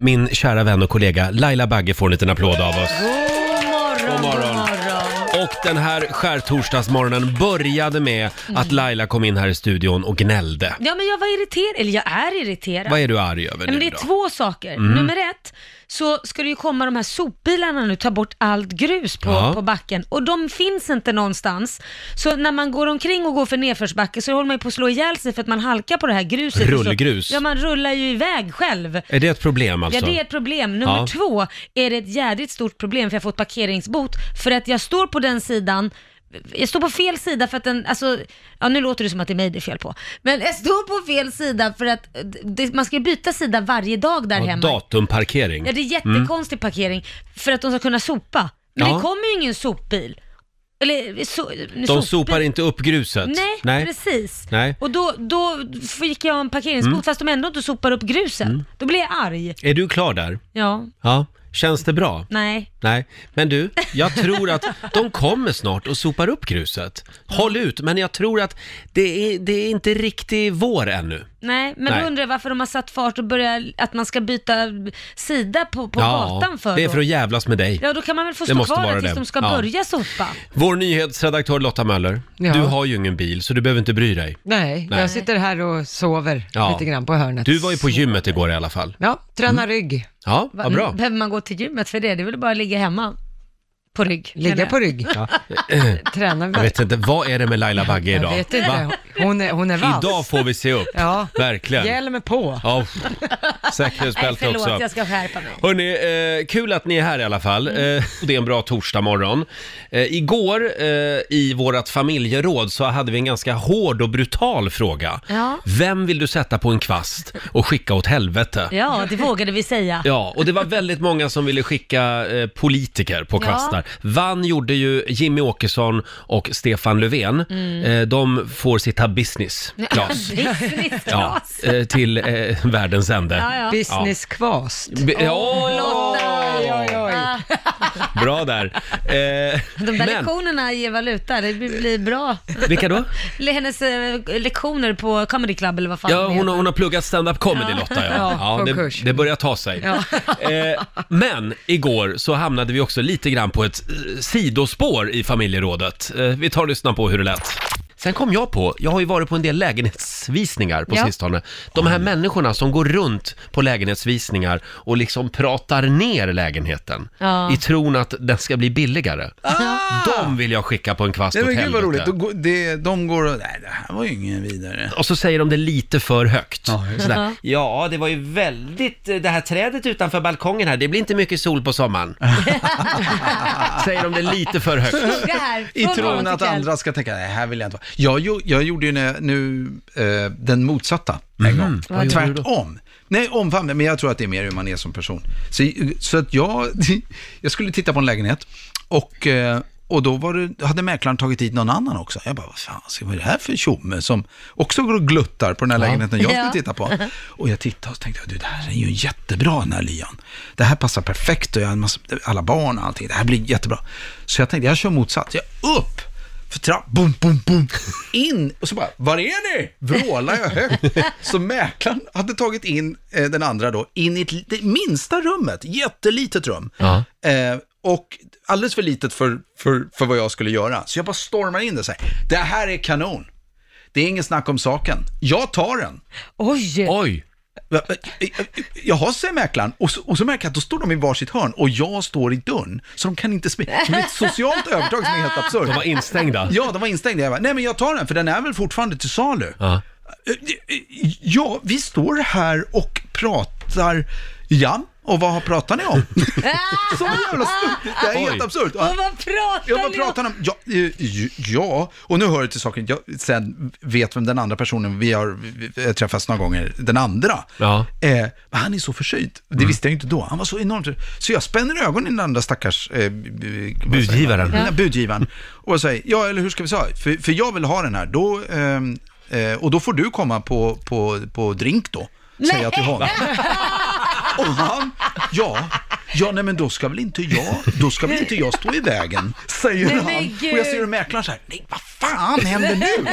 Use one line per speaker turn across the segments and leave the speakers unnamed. min kära vän och kollega Laila Bagge får en liten applåd av oss.
God morgon,
God
god
morgon.
morgon.
Och den här skärtorsdagsmorgonen började med
Mm.
att Laila kom in här i studion och gnällde.
Ja, men jag var irriterad, eller jag är irriterad.
Vad är du arg
Ja,
över
men det
nu
är
då?
två saker.
Mm.
Nummer ett, så ska det ju komma de här sopbilarna nu, ta bort allt grus på,
Ja.
på backen. Och de finns inte någonstans. Så när man går omkring och går för nedförsbacke så håller man ju på att slå ihjäl sig för att man halkar på det här gruset. Och så-
Rullgrus.
Ja, man rullar ju iväg själv.
Är det ett problem alltså?
Ja, det är ett problem. Nummer
Ja.
två är det ett jädrigt stort problem för jag har fått parkeringsbot för att jag står på den sidan jag står på fel sida för att den, alltså, ja nu låter det som att det är mig det är fel på. Men jag står på fel sida för att eh, det, man ska ju byta sida varje dag där
Ja,
hemma.
datumparkering.
Ja, det är jättekonstig parkering för att de ska kunna sopa. Men
Ja.
det kommer ju ingen sopbil. Eller, so,
Mm. De sopar inte upp gruset.
Nej, precis.
Nej.
Och då, då fick jag en parkeringsbot
Mm.
fast de ändå inte sopar upp gruset. Då blev jag arg.
Är du klar där?
Ja,
Ja. Känns det bra?
nej.
Nej, men du, jag tror att de kommer snart och sopar upp gruset. Håll ut, men jag tror att det är, det är inte riktig vår ännu.
Nej, men
Nej.
då undrar jag varför de har satt fart och börjar att man ska byta sida på, på gatan för
det är
då.
för att jävlas med dig.
Ja, då kan man väl få
Det
stå
måste
kvar
vara
där tills
det.
de ska
Ja.
börja sopa.
Vår nyhetsredaktör Lotta Möller,
Ja.
du har ju ingen bil så du behöver inte bry dig.
Nej,
Nej.
jag sitter här och sover
Ja.
lite grann på hörnet.
Du var Mm. ju på gymmet igår i alla fall.
Ja, tränar rygg.
Ja, vad bra.
Behöver man gå till gymmet för det? Det är väl bara att ligga hemma på rygg. menar
Ligga
jag.
på rygg.
Ja.
Tränar
Jag
vi.
vet inte, vad är det med Laila Bagge
Jag
idag?
vet inte.
Va?
Hon är, hon är vass.
Idag får vi se upp,
Ja.
verkligen.
Hjälm på.
Ja,
Nej,
säkerhetsbälte
förlåt,
också.
jag ska skärpa mig.
Hörni, eh, kul att ni är här i alla fall.
Mm.
Eh, det är en bra torsdagmorgon. Eh, igår eh, i vårt familjeråd så hade vi en ganska hård och brutal fråga.
Ja.
Vem vill du sätta på en kvast och skicka åt helvete?
ja, det vågade vi säga.
Ja, och det var väldigt många som ville skicka eh, politiker på
Ja.
kvastar. Vann gjorde ju Jimmy Åkesson och Stefan Löfven.
Mm.
Eh, de får sitta business class.
Business
Ja,
class.
eh, till eh, världens ände.
Ja, ja.
Business kvast.
Be- ja,
Oj, oj, oj.
Ah,
bra där. Eh,
de där
men,
lektionerna ger valuta, det blir blir bra.
vilka då?
Eller Hennes eh, lektioner på Comedy Club eller vad fan
Ja,
det
hon, har- hon har pluggat stand-up comedy
Ja.
Lotta.
Ja,
Ja. Ja, det,
konkurs.
det börjar ta sig. Eh, men igår så hamnade vi också lite grann på ett eh, sidospår i familjerådet. Eh, vi tar och lyssnar på hur det lät. Sen kom jag på, jag har ju varit på en del lägenhetsvisningar på
Ja.
sistone. De här människorna som går runt på lägenhetsvisningar och liksom pratar ner lägenheten
Ja. Ah!
i tron att den ska bli billigare. De vill jag skicka på en kvast
Nej
åt
men gud vad roligt,
helvete.
Då går- det, de går och, nej det här var ju ingen vidare.
Och så säger de det lite för högt.
Ja, just det.
Sådär, ja, det var ju väldigt, eh, det här trädet utanför balkongen här, det blir inte mycket sol på sommaren. säger de det lite för högt.
Fråga här.
I
från
tron
morgon
att
till kväll.
andra ska tänka, nej här vill jag inte vara. Jag, gjo- jag gjorde ju när, nu eh, den motsatta
Mhm.
en gång.
Vad gjorde du då?
Tvärtom. Nej, omfamna, men jag tror att det är mer hur man är som person. Så, så att jag, jag skulle titta på en lägenhet och, eh, och då var det, hade mäklaren tagit dit någon annan också. Jag bara, vad fan, vad är det här för tjomme som också går och gluttar på den här lägenheten jag
Ja.
skulle titta på? Och jag tittade och så tänkte, jag, du det här är ju jättebra den här lyan. Det här passar perfekt och jag har en massa, alla barn och allting. Det här blir jättebra. Så jag tänkte, jag kör motsatt. Jag upp! För trapp, bom, bom, bom. In och så bara, var är ni? Vrålar jag högt. Så mäklaren hade tagit in eh, den andra då, in i ett, li- det minsta rummet, jättelitet rum.
Ja.
Eh, och alldeles för litet för, för, för vad jag skulle göra. Så jag bara stormar in det så här. Det här är kanon. Det är ingen snack om saken. Jag tar den.
Oj!
Oj!
eh, Jaha, säger mäklaren. Och så, och så märker jag att då står de i varsitt hörn och jag står i dörren. Så de kan inte smita. Det är ett socialt övertag som är helt absurt.
De var instängda.
Ja, de var instängda. Jag bara, nej men jag tar den för den är väl fortfarande till salu. Eh,
Ja.
Ja, vi står här och pratar, ja, och vad pratar ni om? Som en jävla stor, det här är
Oj.
helt absurt.
Och vad pratar
Jag bara
ni om?
pratar om, ja, eh, ja, och nu hör det till saken, jag sen vet vem den andra personen, vi har eh, träffats några gånger, den andra.
Ja. Mm.
Eh, men han är så försynt, det visste jag ju inte då, han var så enormt Så jag spänner ögonen i den andra stackars... Eh, b- b- vad säger
Budgivaren.
man? Ja. Budgivaren. Och säger, ja eller hur ska vi säga, för, för jag vill ha den här, då, ehm, eh, och då får du komma på, på, på drink då, säger jag till honom. Och han, ja, Ja, nej men då ska väl inte jag, då ska väl inte jag stå i vägen, säger
Nej, men
han.
gud.
Och jag ser hur mäklaren så här, nej vad fan händer nu?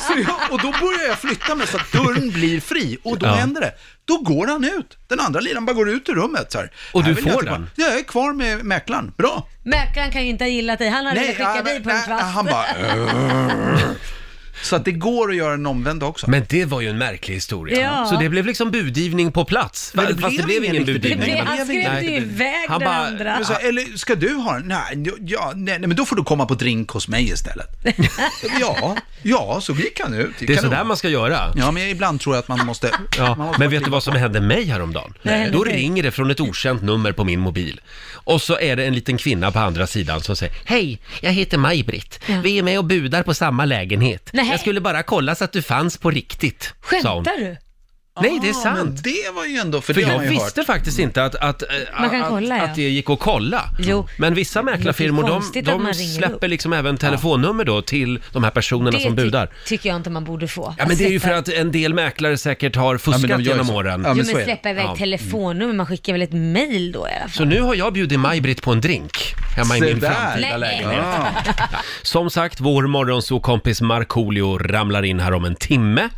Så jag, och då börjar jag flytta mig så att dörren blir fri och då
Ja.
händer det. Då går han ut. Den andra liraren bara går ut ur rummet så här.
Och
Här
du
vill jag
får
inte vara.
den?
Jag är kvar med mäklaren, bra.
Mäklaren kan ju inte ha gillat dig, han hade velat skicka
ja,
dig på
men-
en kvast.
nej, han bara... "Urr." Så att det går att göra en omvänd också.
Men det var ju en märklig historia.
Ja.
Så det blev liksom budgivning på plats.
Men det
Fast det
blev
blev
ingen
ingen
riktig
budgivning.
budgivning.
men-
han
jag vet
skrämde ju
inte.
iväg
Han
den
bara-
andra.
Men så, här, eller ska du ha den? Nej, ja, nej, nej, men då får du komma på drink hos mig istället. ja, ja, så gick han ut.
Det är
Kanon.
sådär man ska göra.
Ja, men ibland tror jag att man måste... man
Ja,
måste
men vet du vad som hände mig häromdagen?
Vad hände
Då
dig?
ringer det från ett okänt nummer på min mobil. Och så är det en liten kvinna på andra sidan som säger Hej, jag heter Maj-Britt. Vi är med och budar på samma lägenhet.
Nähä.
Jag skulle bara kolla så att du fanns på riktigt, sa hon.
Skämtar du?
Nej, det är
Ja, men
sant.
det var ju ändå, för,
För
det har
jag
man ju
visste
hört.
faktiskt inte att, att, eh,
Man kan
att,
kolla, ja.
att det gick att kolla.
Jo.
Men vissa mäklarfirmor de,
konstigt att
de
man ringer
släpper liksom även telefonnummer då till de här personerna
Det
som
ty-
budar.
tycker jag inte man borde få.
Ja men det är ju
Sätta-
för att en del mäklare säkert har fuskat
Ja, men de gör ju
genom
så.
åren.
Ja, men
Jo
så är
men
det.
släppa iväg
Ja.
telefonnummer, man skickar väl ett mail då i alla fall.
Så nu har jag bjudit Maj-Britt på en drink hemma i
Se
min
där.
framtida
Nej.
lägenhet.
Ja.
Som sagt, vår morgonsokompis Markoolio ramlar in här om en timme.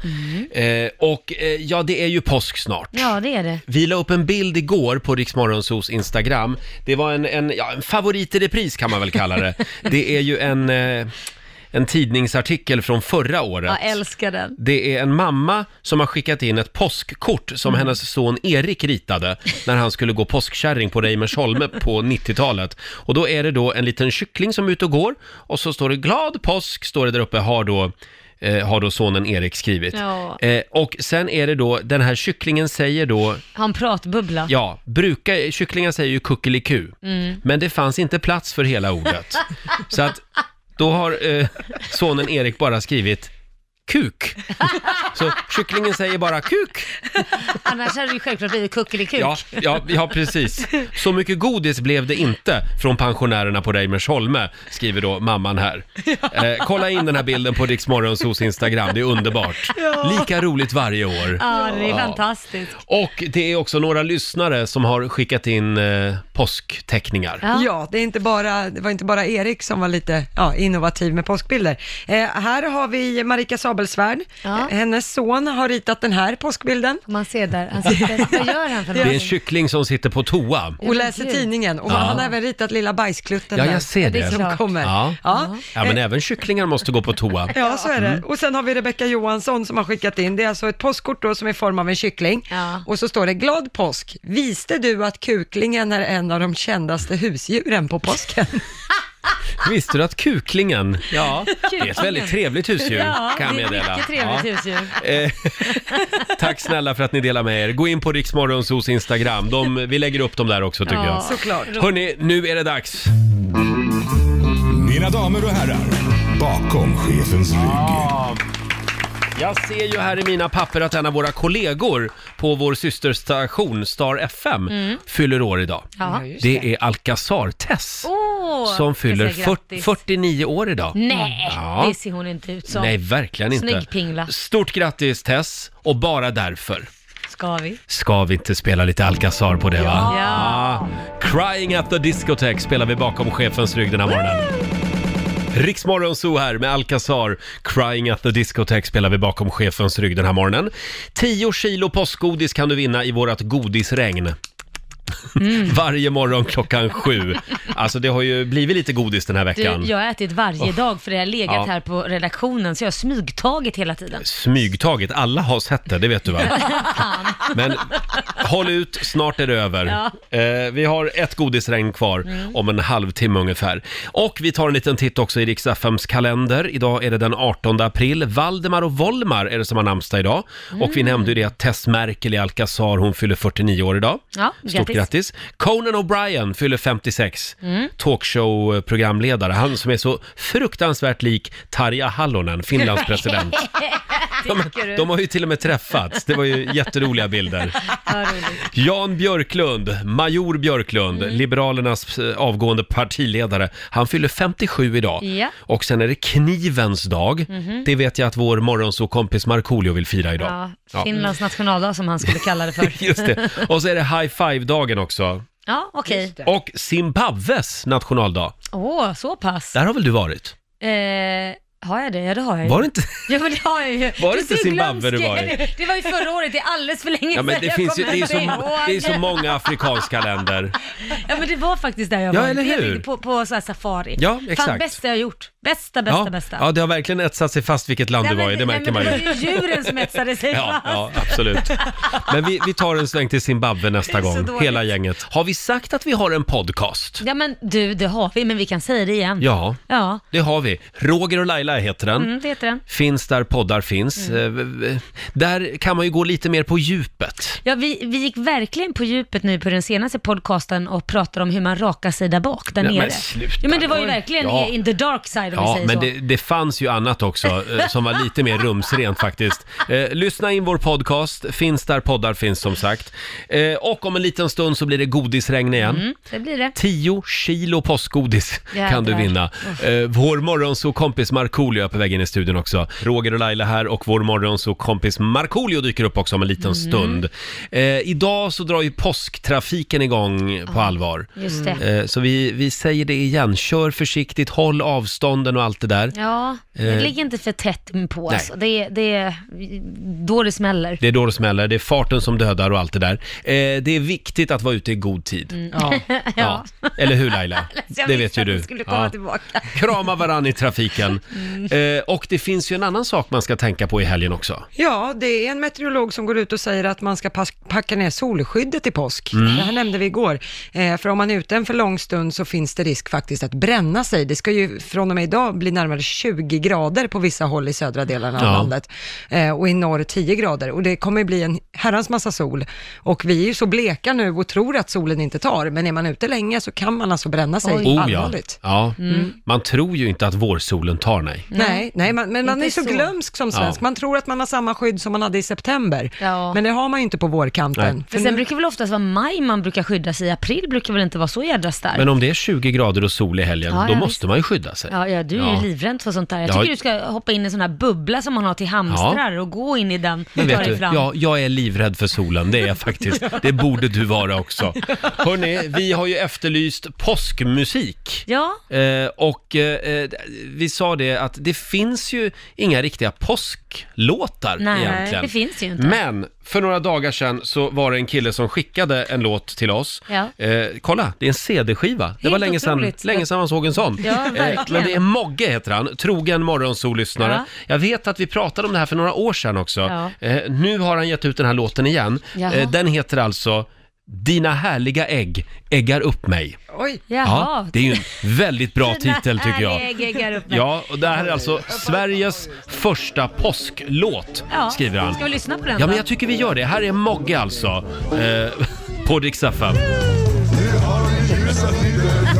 Eh, och eh, ja, det är ju påsk snart.
Ja det är det.
Vi la upp en bild igår på Riksmorgonsos Instagram. Det var en, en, ja, en favorit i repris kan man väl kalla det. Det är ju en, eh, en tidningsartikel från förra året.
Jag älskar den.
Det är en mamma som har skickat in ett påskkort som hennes son Erik ritade när han skulle gå påskkärring på Reimersholme på 90-talet. Och då är det då en liten kyckling som är ute och går och så står det glad påsk, står det där uppe, har då Eh, har då sonen Erik skrivit.
Ja.
Eh, och sen är det då, den här kycklingen säger då,
Har en pratbubbla.
ja, brukar, kycklingar säger ju kuckeliku, men det fanns inte plats för hela ordet. Så att då har eh, sonen Erik bara skrivit kuk. Så kycklingen säger bara kuk.
Annars hade det ju självklart blivit kuckelikuk.
Ja, ja, ja, precis. Så mycket godis blev det inte från pensionärerna på Reimersholme, skriver då mamman här. Eh, kolla in den här bilden på Riksmorgonsos Instagram, det är underbart. Lika roligt varje år.
Ja, det är
Ja.
fantastiskt.
Och det är också några lyssnare som har skickat in eh, påskteckningar.
Ja.
Ja, det, är inte bara, det var inte bara Erik som var lite ja, innovativ med påskbilder. Eh, här har vi Marika Sabelsvärd.
Ja.
Eh, hennes son har ritat den här påskbilden
Man ser där, han sitter, vad gör han för
Det är en
någonting?
kyckling som sitter på toa.
och läser
gud.
tidningen. Och han har även ritat lilla bajsklutten
Ja,
där,
jag ser
det är
det.
klart. Eh.
som kommer.
Ja.
Ja.
Ja, men även kycklingar måste gå på toa.
Ja, så är det. Och sen har vi Rebecka Johansson som har skickat in. Det är alltså ett postkort då som är i form av en kyckling.
Ja.
Och så står det glad påsk. Visste du att kuklingen är en av de kändaste husdjuren på påsken?
Visste du att kuklingen, ja, det är ett
Kuklingen.
väldigt trevligt husdjur
Ja,
kan jag
det är
meddela.
mycket trevligt husdjur.
Eh, Tack snälla för att ni delar med er. Gå in på Riksmorgonsos Instagram. De, vi lägger upp dem där också tycker
Ja.
jag.
Såklart.
Hörni, nu är det dags.
Mina damer och herrar, bakom chefens rygg.
Jag ser ju här i mina papper att en av våra kollegor på vår systerstation Star FM fyller år idag.
Mm. Ja.
Det är Alcazar Tess
Åh,
Mm. som
jag ska
fyller
säga
40,
grattis.
49 år idag.
Nej,
Ja.
det ser hon inte ut som.
Nej, verkligen inte.
Snygg pingla.
Stort grattis Tess, och bara därför
Ska vi?
ska vi inte spela lite Alcazar på det va?
Ja.
Ah, Crying at the discotheque spelar vi bakom chefens rygg den här morgonen. Riksmorgon Zoo här med Alcazar. Crying at the discotheque spelar vi bakom chefens rygg den här morgonen. 10 kilo påskgodis kan du vinna i vårat godisregn.
Mm.
Varje morgon klockan sju. Alltså det har ju blivit lite godis den här
Du,
veckan. Oh.
jag har ätit varje dag för det har legat
Ja.
här på redaktionen så jag har smygtagit hela tiden.
Smygtaget, alla har sett det, det vet du va? Men håll ut, snart är det över. Eh, vi har ett godisregn kvar
Mm.
om en halvtimme ungefär. Och vi tar en liten titt också i riks FMs kalender. Idag är det den 18 april. Valdemar och Volmar är det som har namnsdag idag. Och vi
Mm.
nämnde ju det att Tess Merkel i Alcazar, hon fyller 49 år idag.
Ja,
Stort
grattis. Mm.
grattis. Conan O'Brien fyller 56, talkshow-programledare. Han som är så fruktansvärt lik Tarja Hallonen, Finlands president. De, de har ju till och med träffats. Det var ju jätteroliga bilder.
Vad roligt.
Jan Björklund, major Björklund,
Mm.
Liberalernas eh, avgående partiledare. Han fyller 57 idag.
Ja. Mhm.
Och sen är det knivens dag. Det vet jag att vår morgonsåkompis Markoolio vill fira idag.
Ja, Finlands nationaldag som han skulle kalla det för.
Just det. Och så är det high five-dagen också.
Ja, okej.
Och Zimbabwes nationaldag.
Åh, så pass.
Där har väl du varit?
Eh, har jag det? Ja, det har jag ju.
Var det inte?
Ja, men det har jag ju.
Var det
Du
inte
ser
Zimbabwe
glömsk
du var i?
ut. Det var ju förra året, det är alldeles för länge
Ja, men det,
Jag
finns ju,
kommer
det, är
inte
så,
ihåg.
det är så många afrikanska länder.
Ja, men det var faktiskt där jag
Ja,
var.
eller
Jag
hur?
gick På, på så här safari.
Ja, exakt.
Fan, bästa jag gjort. Bästa, bästa,
ja.
bästa.
ja, det har verkligen etsat sig fast vilket land
Nej,
du var
men-
i, det
nej,
märker
men
man ju.
Det var ju djuren som etsade sig
Ja,
fast.
ja, absolut. Men vi, vi tar en sväng till Zimbabwe nästa
är så
gång,
dåligt.
hela gänget. Har vi sagt att vi har en podcast?
Ja men du, det har vi, men vi kan säga det igen.
Ja,
Ja,
det har vi. Roger och Laila heter den.
mm, det heter den.
Finns där poddar finns. Eh, Där kan man ju gå lite mer på djupet.
Ja, vi, vi gick verkligen på djupet nu på den senaste podcasten och pratade om hur man rakar sig där bak, där
Nej,
nere.
men sluta.
ja, men det var ju verkligen
Ja.
in the dark side om vi
Ja,
säger
men
så.
det, det fanns ju annat också eh, som var lite mer rumsrent faktiskt. Eh, lyssna in vår podcast, finns där poddar finns som sagt. Eh, och om en liten stund så blir det godisregn igen.
Mm, det blir det.
10 kilo postgodis kan du
Jädrar.
vinna. Eh, vår morgonsåkompis Markoolio är på väg in i studion också. Roger och Laila här och vår morgonsåkompis Markoolio dyker upp också om en liten
Mm.
stund. Eh, idag så drar ju påsktrafiken igång på allvar.
Just det.
Eh, Så vi, vi säger det igen, kör försiktigt, håll avstånden och allt det där.
Ja, det
Eh.
ligger inte för tätt på
Nej.
alltså. det, är- det är då det smäller.
Det är då det smäller, det är farten som dödar och allt det där. Eh, det är viktigt att vara ute i god tid.
Ja.
Ja. Eller hur Laila?
Mm. Jag
det
visste
vet ju
att det
du.
skulle komma
Ja.
tillbaka.
Krama varann i trafiken.
Mm.
Eh, och det finns ju en annan sak man ska tänka på i helgen också.
Ja, det är en meteorolog som går ut och säger att man ska pas- packa ner solskyddet i påsk.
Mm.
Det här nämnde vi igår. Eh, för om man är ute en för lång stund så finns det risk faktiskt att bränna sig. Det ska ju från och med idag bli närmare 20 grader på vissa håll i södra delarna av
Ja.
landet. Eh, och i norr 10 grader. Och det kommer bli en herrans massa sol. Och vi är ju så bleka nu och tror att solen inte tar. Men är man ute länge så kan man alltså bränna sig
Oh, ja.
allvarligt.
ja.
Mm.
Man tror ju inte att vårsolen tar nej.
Nej, nej man, men man
Inte
är så,
så.
glömsk som svensk.
Ja.
Man tror att man har samma skydd som man hade i september.
Ja.
Men det har man ju inte på vårkanten.
Nej.
För sen brukar väl oftast vara maj man brukar skydda sig i. April brukar väl inte vara så jädra stark.
Men om det är 20 grader och sol i helgen,
Ja,
då
ja,
måste
visst.
man ju skydda sig.
Ja, ja, du är ju livrädd för sånt där. Jag
Ja.
tycker du ska hoppa in i en sån här bubbla som man har till hamstrar och gå in i den och
Men vet
ta dig
du,
fram.
ja, jag är livrädd för solen, det är jag faktiskt. Det borde du vara också. Hörni, vi har ju efterlyst påskmusik.
Ja,
Eh, och eh, eh, vi sa det att det finns ju inga riktiga påsklåtar
Nej,
egentligen.
det finns ju inte.
Men för några dagar sedan så var det en kille som skickade en låt till oss.
Ja.
Eh, kolla, det är en CD-skiva. Det var länge sedan,
otroligt.
länge sedan man såg en sån. Eh,
Ja, verkligen.
men det är Mogge heter han, trogen morgonsollyssnare.
Ja.
Jag vet att vi pratade om det här för några år sedan också.
Ja.
Eh, nu har han gett ut den här låten igen.
Jaha.
Eh, den heter alltså Dina härliga ägg äggar upp mig.
Oj,
jaha.
det är ju en väldigt bra
Dina
titel tycker
härliga
jag.
ägg äggar upp mig.
Ja, och det här är alltså Sveriges första påsklåt,
Ja.
skriver han.
Ska vi lyssna på den
Ja,
då?
men jag tycker vi gör det. Här är Mogge alltså, eh, på Rix FM.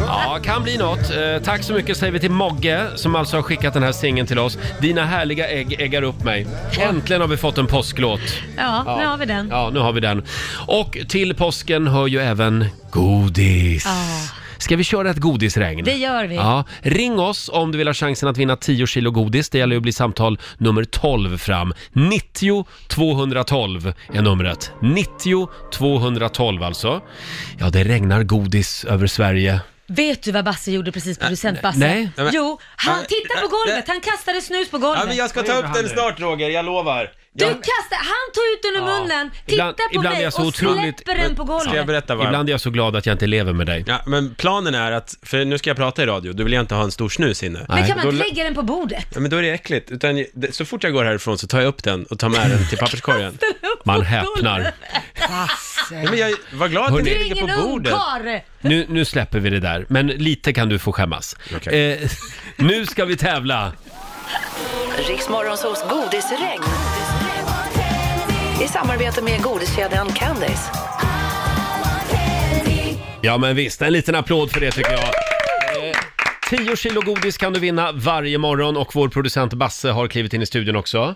Ja, kan bli något. Eh, tack så mycket säger vi till Mogge som alltså har skickat den här singeln till oss. Dina härliga ägg äggar upp mig. Äntligen har vi fått en påsklåt.
Ja, nu har vi den.
Ja, nu har vi den. Och till påsken hör ju även godis.
Ja.
Ska vi köra ett godisregn?
Ah. Det gör vi.
Ja, ring oss om du vill ha chansen att vinna 10 kilo godis. Det gäller ju att bli samtal nummer 12 fram. 90 212 är numret. 90 212 alltså. Ja, det regnar godis över Sverige.
Vet du vad Basse gjorde precis, producent Basse?
nej.
Jo, han tittade på golvet, han kastade snus på golvet.
ska ta upp den snart Roger, jag lovar.
Du kastade, han tog ut den ur
Ja.
munnen,
Ibland-
tittade på
ibland är
mig
jag så
och
otroligt-
släpper den på golvet.
Ska jag berätta vad?
Ibland är jag så glad att jag inte lever med dig.
Ja, men planen är att, för nu ska jag prata i radio, då vill jag inte ha en stor snus inne.
Men kan man
Då-
inte lägga den på bordet?
Ja, men då är det äckligt. Utan det, så fort jag går härifrån så tar jag upp den och tar med den till papperskorgen.
Man häpnar.
Ja, men jag var glad
Du
att den
är
ligger
ingen
på bordet.
ungkarl!
Nu, nu släpper vi det där, men lite kan du få skämmas.
Okej.
Eh, nu ska vi tävla!
Riksmorgonsols godisregn. I samarbete med godiskedjan Candice.
Ja men visst, en liten applåd för det tycker jag. Eh, 10 kilo godis kan du vinna varje morgon och vår producent Basse har klivit in i studion också.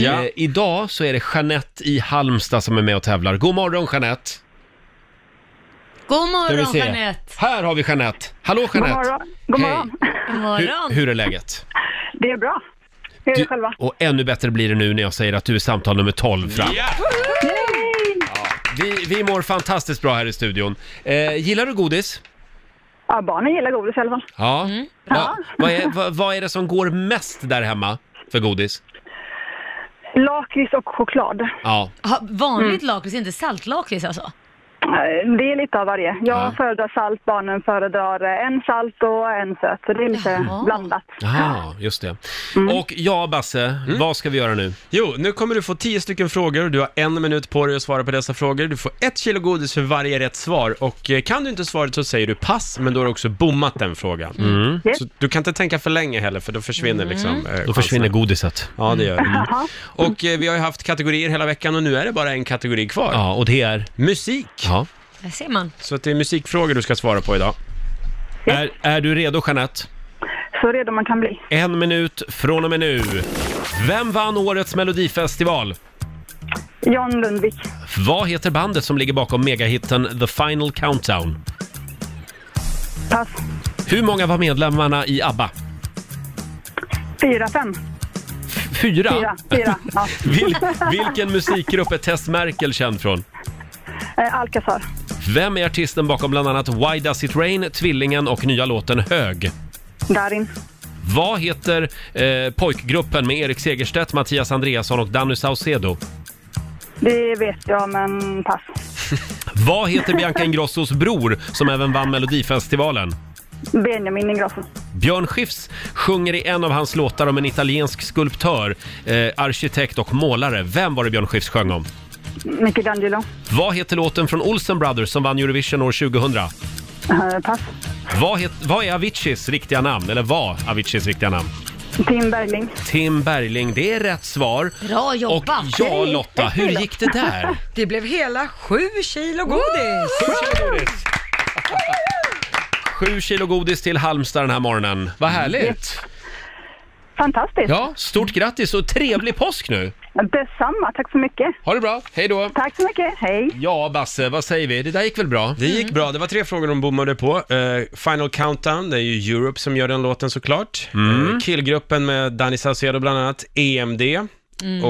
Ja.
Eh, idag så är det Jeanette i Halmstad som är med och tävlar. God morgon Jeanette!
God
Ska vi
morgon
se.
Jeanette!
Här har vi Jeanette! Hallå Jeanette!
God morgon. God
Hej.
morgon.
God
Hur,
morgon!
hur är läget?
Det är bra. Hur är det
Du,
själva?
och ännu bättre blir det nu när jag säger att du är samtal nummer 12 fram.
Ja.
Yay!
Vi Vi, vi mår fantastiskt bra här i studion. Eh, gillar du godis?
Ja, barnen gillar godis i alla fall.
Ja. Va, vad, är, vad, vad är det som går mest där hemma för godis?
Lakrits och choklad.
Ja.
Ha, vanligt
Mm.
lakrits, inte saltlakrits alltså?
Eh, Det är lite av varje. Jag
Ja.
föredrar salt, barnen föredrar eh, en salt och en söt. Så det är lite
Jaha.
blandat.
Jaha, just det.
Mm.
Och ja, Basse, vad ska vi göra nu?
Jo, nu kommer du få tio stycken frågor. Du har en minut på dig att svara på dessa frågor. Du får ett kilo godis för varje rätt svar. Och eh, kan du inte svaret så säger du pass, men då har du också bommat den frågan.
Mm.
Yes.
Så du kan inte tänka för länge heller, för då försvinner liksom eh,
Då försvinner
chanserna.
godiset.
Ja, det gör det.
Jaha.
Och eh, vi har ju haft kategorier hela veckan och nu är det bara en kategori kvar.
Ja, och det är?
Musik.
Ja.
Där ser man.
Så att det är musikfrågor du ska svara på idag.
Är, är du redo, Jeanette?
Så redo man kan bli.
En minut från och med nu. Vem vann årets melodifestival?
John Lundvik.
Vad heter bandet som ligger bakom megahitten The Final Countdown?
Pass.
Hur många var medlemmarna i ABBA?
Fyra, fem.
Fyra?
Fyra, fyra. Ja.
Vil, vilken musikgrupp är Tess Merkel känd från?
Eh, Alcazar.
Vem är artisten bakom bland annat Why Does It Rain, Tvillingen och nya låten Hög?
Darin.
Vad heter eh, pojkgruppen med Erik Segerstedt, Mattias Andreasson och Danny Saucedo?
Det vet jag, men pass.
Vad heter Bianca Ingrossos bror som även vann Melodifestivalen?
Benjamin Ingrosso.
Björn Skifs sjunger i en av hans låtar om en italiensk skulptör, eh, arkitekt och målare. Vem var det Björn Skifs sjöng om?
Michelangelo.
Vad heter låten från Olsen Brothers som vann Eurovision år 2000?
Eh, pass.
Vad, het, vad är Aviciis riktiga namn? Eller var Aviciis riktiga namn?
Tim Bergling.
Tim Bergling, det är rätt svar.
Bra
Och
jobbat!
ja, Lotta, hur gick det där?
Det blev hela sju kilo godis.
Sju kilo godis till Halmstad den här morgonen. Vad härligt!
Fantastiskt.
Ja, stort grattis och trevlig påsk nu!
Detsamma. Tack så mycket.
Ha det bra, hej då!
Tack så mycket. Hej.
Ja, Basse, vad säger vi? Det där gick väl bra?
Det gick bra, det var tre frågor de bommade på. Eh, Final Countdown, det är ju Europe som gör den låten såklart.
Mm.
Eh, Killgruppen med Danny Saucedo bland annat, EMD.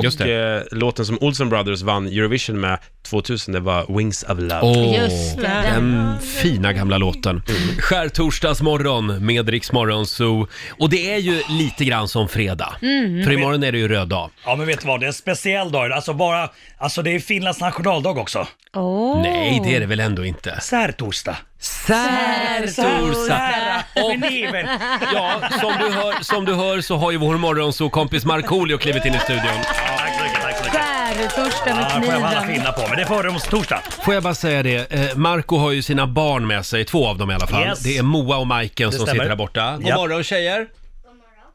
Just
Och eh, låten som Olsen Brothers vann Eurovision med 2000, det var Wings of Love.
Åh,
Just det.
den fina gamla låten. Skärtorsdagsmorgon med Rix Morgon Zoo. Och det är ju lite grann som fredag.
Mm.
För imorgon är det ju röd dag.
Ja men vet du vad, det är en speciell dag idag. Alltså bara, alltså det är Finlands nationaldag också.
Åh.
Nej, det är det väl ändå inte?
Särtorsdag.
Särtorsdag!
Men det är väl-
Ja, som du, hör, som du hör så har ju vår morgonsåkompis Markoolio klivit in i studion.
Tack så mycket, tack så mycket.
Skärtorsdagen och
Ja, får jag alla
kniven.
finna på men Det är fördomstorsdag.
Får jag bara säga det, eh, Marco har ju sina barn med sig, två av dem i alla fall.
Yes.
Det är Moa och Majken som
stämmer.
sitter där borta. God
Japp.
morgon tjejer!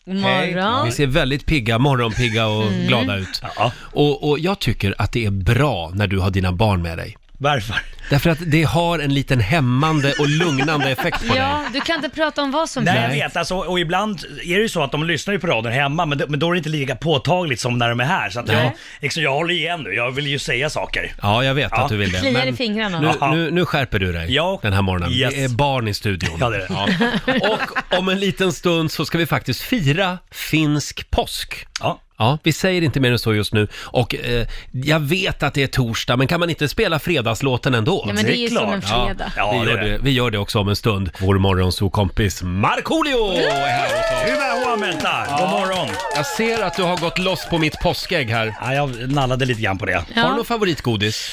God
Hej.
morgon.
Ni ser väldigt pigga, morgonpigga och
Mm.
glada ut.
Ja.
Och, och jag tycker att det är bra när du har dina barn med dig.
Varför?
Därför att det har en liten hämmande och lugnande effekt på dig.
Ja, du kan inte prata om vad som
Nej,
helst.
jag vet. Alltså, och ibland är det ju så att de lyssnar ju på radion hemma, men, det, men då är det inte lika påtagligt som när de är här. Så att jag, liksom, jag håller igen nu. Jag vill ju säga saker.
Ja, jag vet
Ja.
att du vill det.
Kliar i
men
fingrarna.
Nu, nu, nu skärper du dig
Ja.
den här morgonen.
Yes.
Det är barn i studion.
Ja, det är det. Ja.
Och om en liten stund så ska vi faktiskt fira finsk påsk.
Ja.
Ja, vi säger inte mer än så just nu. Och eh, jag vet att det är torsdag, men kan man inte spela fredagslåten ändå?
Ja, men det är ju
klart.
som en fredag.
Ja,
vi,
det
gör
är
det.
det.
vi gör det också om en stund. Vår morgonsokompis Markoolio är här hos oss.
Hyvä huomenta! God morgon!
Jag ser att du har gått loss på mitt påskägg här.
Ja, jag nallade lite grann på det.
Har du
Ja.
någon favoritgodis?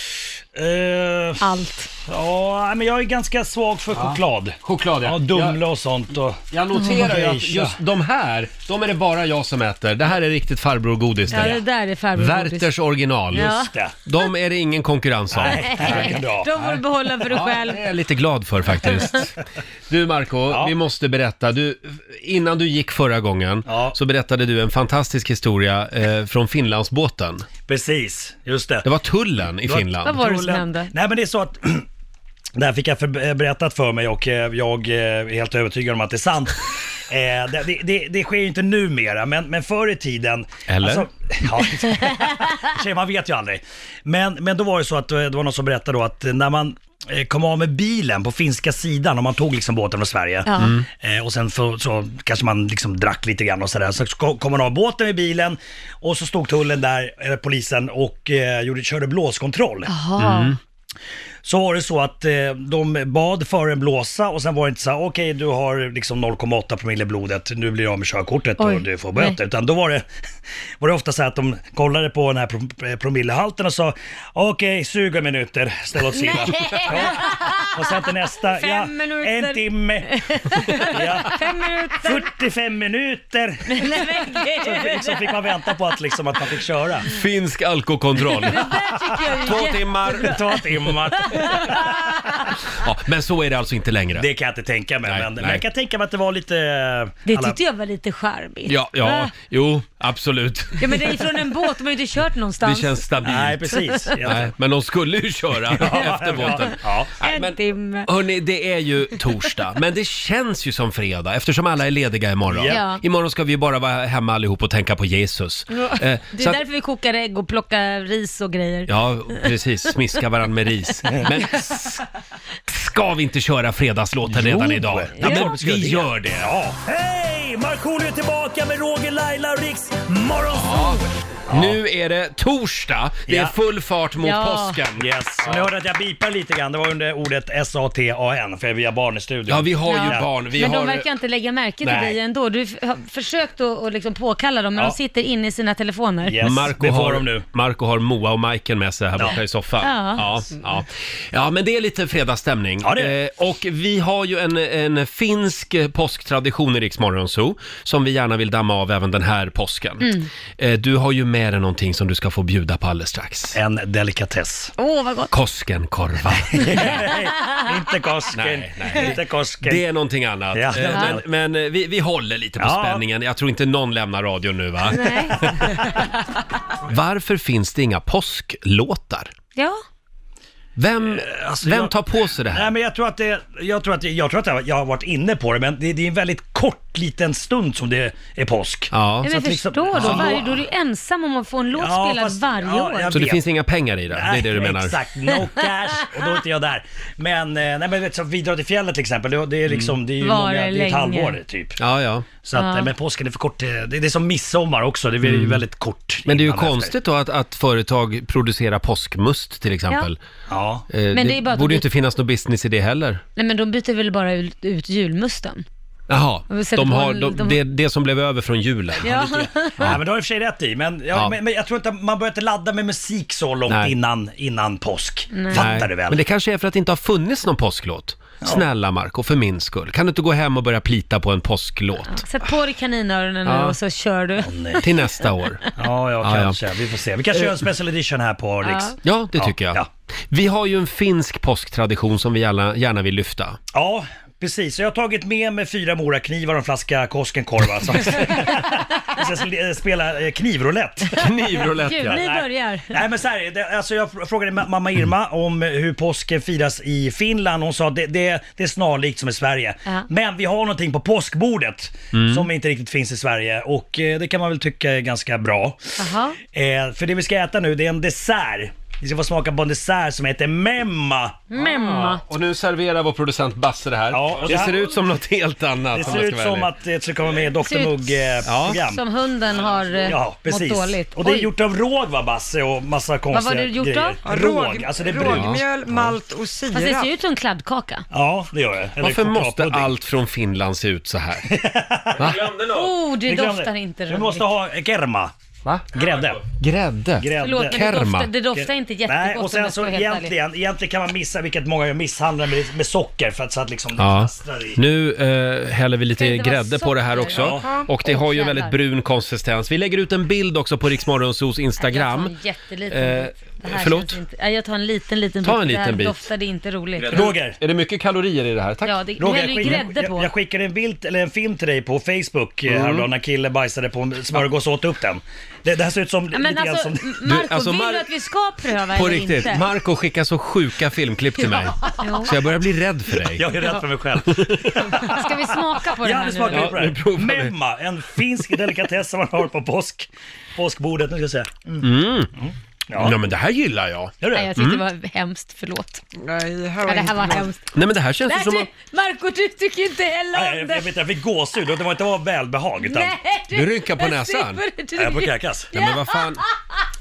Eh,
Allt.
ja, men jag är ganska svag för choklad.
Choklad, ja.
Ja, Dumle och sånt. Och...
Jag noterar ju att
Geisha.
just de här, de är det bara jag som äter. Det här är riktigt farbrorgodis.
Ja,
det.
det där är farbrorgodis.
Werthers original.
Ja.
Det.
De är det ingen konkurrens om.
Nej, det kan du ha.
De får du behålla för dig
Ja, det
själv.
är jag lite glad för faktiskt. Du Marco, vi måste berätta. Du, innan du gick förra gången
Ja.
så berättade du en fantastisk historia eh, från Finlandsbåten.
Precis, just det.
Det var tullen i
Det var-
Finland.
Vad var det som
Trollen.
hände?
Nej men det är så att det här fick jag för, eh, berättat för mig och eh, jag eh, är helt övertygad om att det är sant. Eh, det, det, det, det sker ju inte numera, men, men förr i tiden...
Eller?
Alltså- ja, tjej, man vet ju aldrig. Men, men då var det så att eh, det var någon som berättade då att eh, när man eh, kom av med bilen på finska sidan, om man tog liksom båten från Sverige
Ja. Mm.
eh, och sen för, så kanske man liksom drack lite grann och sådär. Så ko- kom man av båten med bilen och så stod tullen där, eller polisen, och eh, gjorde, körde blåskontroll.
Mm.
Jaha.
så var det så att eh, de bad föraren blåsa och sen var det inte så här, okej du har liksom 0,8 promille i blodet, nu blir du av med körkortet
Oj,
och du får
nej.
böter. Utan då var det, var det ofta så här att de kollade på den här prom- eh, promillehalten och sa, okej 20 minuter, ställ åt sidan. Ja. Och sen till nästa, ja,
Fem minuter.
en timme, ja,
Fem minuter.
45 minuter.
Nej, men gud.
Så fick man vänta på att, liksom, att man fick köra.
Finsk alkoholkontroll.
Det där tycker jag är
Två
jätte-
timmar.
Det tar timmar.
Ja, men så är det alltså inte längre.
Det kan jag inte tänka mig,
Nej,
men, men
nej.
jag kan tänka mig att det var lite...
Det
alla-
tyckte jag var lite charmigt.
Ja, ja,
Va?
jo, absolut.
Ja men det är från en båt, de har ju inte kört
Det
någonstans.
känns stabilt.
Nej, precis. Jag-
Nej, men de skulle ju köra efter båten.
Ja.
Nej,
En
men-
timme.
Hörni, det är ju torsdag, men det känns ju som fredag eftersom alla är lediga imorgon.
Ja.
Imorgon ska vi ju bara vara hemma allihop och tänka på Jesus. Eh,
Det
så
är
att-
därför vi kokar ägg och plockar ris och grejer.
Ja, precis. Smiska varandra med ris. Men s- ska vi inte köra fredagslåten redan idag? Ja, men vi gör det.
Hej! Markoolio är tillbaka med Roger, Laila och Riks Morgonzoo!
Nu är det torsdag. Det är
Ja.
full fart mot
Ja.
påsken.
Yes. Ni hörde att jag bipar lite grann, det var under ordet S-A-T-A-N, för vi har barn i studion.
Ja, vi har ju
Ja.
barn. Vi
men
har...
de verkar inte lägga märke till
Nej.
dig ändå. Du f- har försökt att och liksom påkalla dem, men
Ja.
de sitter inne i sina telefoner.
Yes,
Marco
det får
har,
de nu.
Marco har Moa och Majken med sig här borta i soffan.
Ja. Mm.
Ja, ja. ja, men det är lite fredagsstämning.
Ja, det är det.
Eh, och vi har ju en, en finsk eh, påsktradition i Rix Morgon Zoo som vi gärna vill damma av även den här påsken. Eh, du har ju med dig någonting som du ska få bjuda på alldeles strax.
En delikatess.
Åh, vad gott.
Koskenkorva.
inte Kosken,
Nej, nej.
inte Kosken.
Det är någonting annat.
Ja,
Eh,
det är något
men men eh, vi, vi håller lite på
Ja.
spänningen. Jag tror inte någon lämnar radion nu va?
Nej.
Varför finns det inga påsklåtar?
Ja.
Vem,
alltså,
vem
jag-
tar på sig det här?
Nej men jag tror att det, jag tror att, jag tror att jag- jag har varit inne på det, men det, det är en väldigt kort liten stund som det är påsk.
Ja.
Nej,
Så
men
att liksom-
förstå då,
Ja.
varje, då är du ensam om att få en låt
Ja,
spelad
fast-
varje
ja,
år.
jag-
Så det
vet.
finns inga pengar i det? Det är det du
Nej,
menar?
Exakt, no cash. Och då är inte jag där. Men, eh, nej men vet, du, så vi drar till fjällen till exempel, det det är liksom, det är ju
Var
många,
det
det är ett
länge?
halvår typ.
Ja, ja.
Så att,
Ja.
eh, men påsken är för kort, eh, det, det är som midsommar också, det är ju väldigt kort.
Mm. Men det är ju
innan och efter.
konstigt då att, att företag producerar påskmust till exempel.
Ja.
Eh,
Men det
det
är bara att
borde ju
de-
inte finnas någon business i det heller.
Nej men de byter väl bara ut, ut julmusten.
Jaha,
vi sätter
de
på
har,
en-
de,
de-
Det, det som blev över från julen.
Ja.
Nej, men du har i och för sig rätt i, men, ja,
Ja.
Men, men jag tror inte, man börjar inte ladda med musik så långt
Nej.
innan, innan påsk. Fattar du väl?
Men det kanske är för att det inte har funnits någon påsklåt. Snälla Marco, för min skull. Kan du inte gå hem och börja plita på en påsklåt?
Sätt på dig kaninöronen
Ja.
nu och så kör du.
Till nästa år.
Ja, ja,
Ja, ja.
kanske. Vi får se. Vi kanske gör en special edition här på Rix.
Ja.
Ja, det
Ja,
tycker jag.
ja.
Vi har ju en finsk påsktradition som vi gärna, gärna vill lyfta.
Ja, precis. Så jag har tagit med mig fyra moraknivar och en flaska Koskenkorva. Så jag ska sp- spela eh, knivroulette.
Knivroulette
Gud, ni börjar.
Nej men så här, är det, alltså jag fr- frågade ma- mamma Irma om hur påsken firas i Finland. Hon sa att det, det, det är snarlikt som i Sverige.
Ja.
Men vi har någonting på påskbordet
Mm.
som inte riktigt finns i Sverige och eh, det kan man väl tycka är ganska bra.
Jaha.
Eh, för det vi ska äta nu det är en dessert. Vi ska få smaka på en dessert som heter memma.
Memma.
Och nu serverar vår producent Basse det här.
Ja, och
det
det här-
ser ut som något helt annat.
Det
om
ser
jag
ut
ska
som
vara ärlig.
att det ska komma med i Dr.
Ser ut
Mugg-program.
Som hunden har eh,
Ja, precis.
mått dåligt.
Och det är
Oj.
gjort av råg va Basse och massa konstiga
var det gjort
grejer.
av?
Ja,
Råg, alltså det är brunt.
rågmjöl, malt och sirap.
Fast det ser ju ut som kladdkaka.
Ja, det gör det. Eller
Varför måste
chokladpudding.
allt från Finland se ut så här?
Oh, det
Vi glömde-
doftar inte
Vi måste ha kerma.
Va?
Grädde.
Grädde?
Grädde.
Förlåt, men det
Kerma.
doftar, det doftar inte jättegott
Nej, och
om
sen
jag ska
så
vara helt ärlig.
egentligen, egentligen kan man missa, vilket många gör, misshandlar med, med socker för att så att liksom det
Ja.
fastnar i.
Nu eh, häller vi lite
Ska det vara
grädde på det här också.
socker?
Och det har ju en
Åh,
väldigt
jävlar.
brun konsistens. Vi lägger ut en bild också på Riksmorgonsos
Jag
Instagram.
tar en jätteliten
Eh,
bit. Det här
förlåt?
känns Inte, Nej, jag tar en liten, liten
Ta
bit.
en
det
liten
här
bit.
doftade inte roligt.
Roger.
Är det mycket kalorier i det här? Tack.
Ja, det, du
Roger,
häller
jag,
ju
skickade,
grädde
jag,
på.
jag skickade en bild, eller en film till dig på Facebook mm. häromdagen när killen bajsade på en smörgås och åt upp den. Det, det här ser ut som
Ja,
lite
Men
grann
alltså,
som...
Marco,
alltså,
vill
Mar-
du att vi ska pröva
På
eller
riktigt.
inte?
Marco skickar så sjuka filmklipp till mig.
Jo.
Så jag börjar bli rädd för dig.
Jag är rädd för mig själv.
Ska vi smaka på det
Jag
här
hade
nu?
smakat
Ja,
på
nu provar
det
vi.
här. Memma, en finsk delikatess som man har på påsk, påskbordet. Nu ska jag säga. Mm.
Ja.
Ja.
men det här gillar jag.
Gör du?
Nej, jag tyckte det
Mm.
var hemskt. Förlåt.
Nej, här
Ja,
var
det
inte
här var
bra.
hemskt.
Nej men det här känns
Det
ju
här
som...
ty- Marco, du tycker inte heller
Nej,
om
jag, jag,
det.
vet, jag fick gåshud och det var inte av välbehag utan...
Nej,
Du rynkar på
jag
näsan.
slipper det.
Nej, Jag får kräkas.
Nej men vad fan.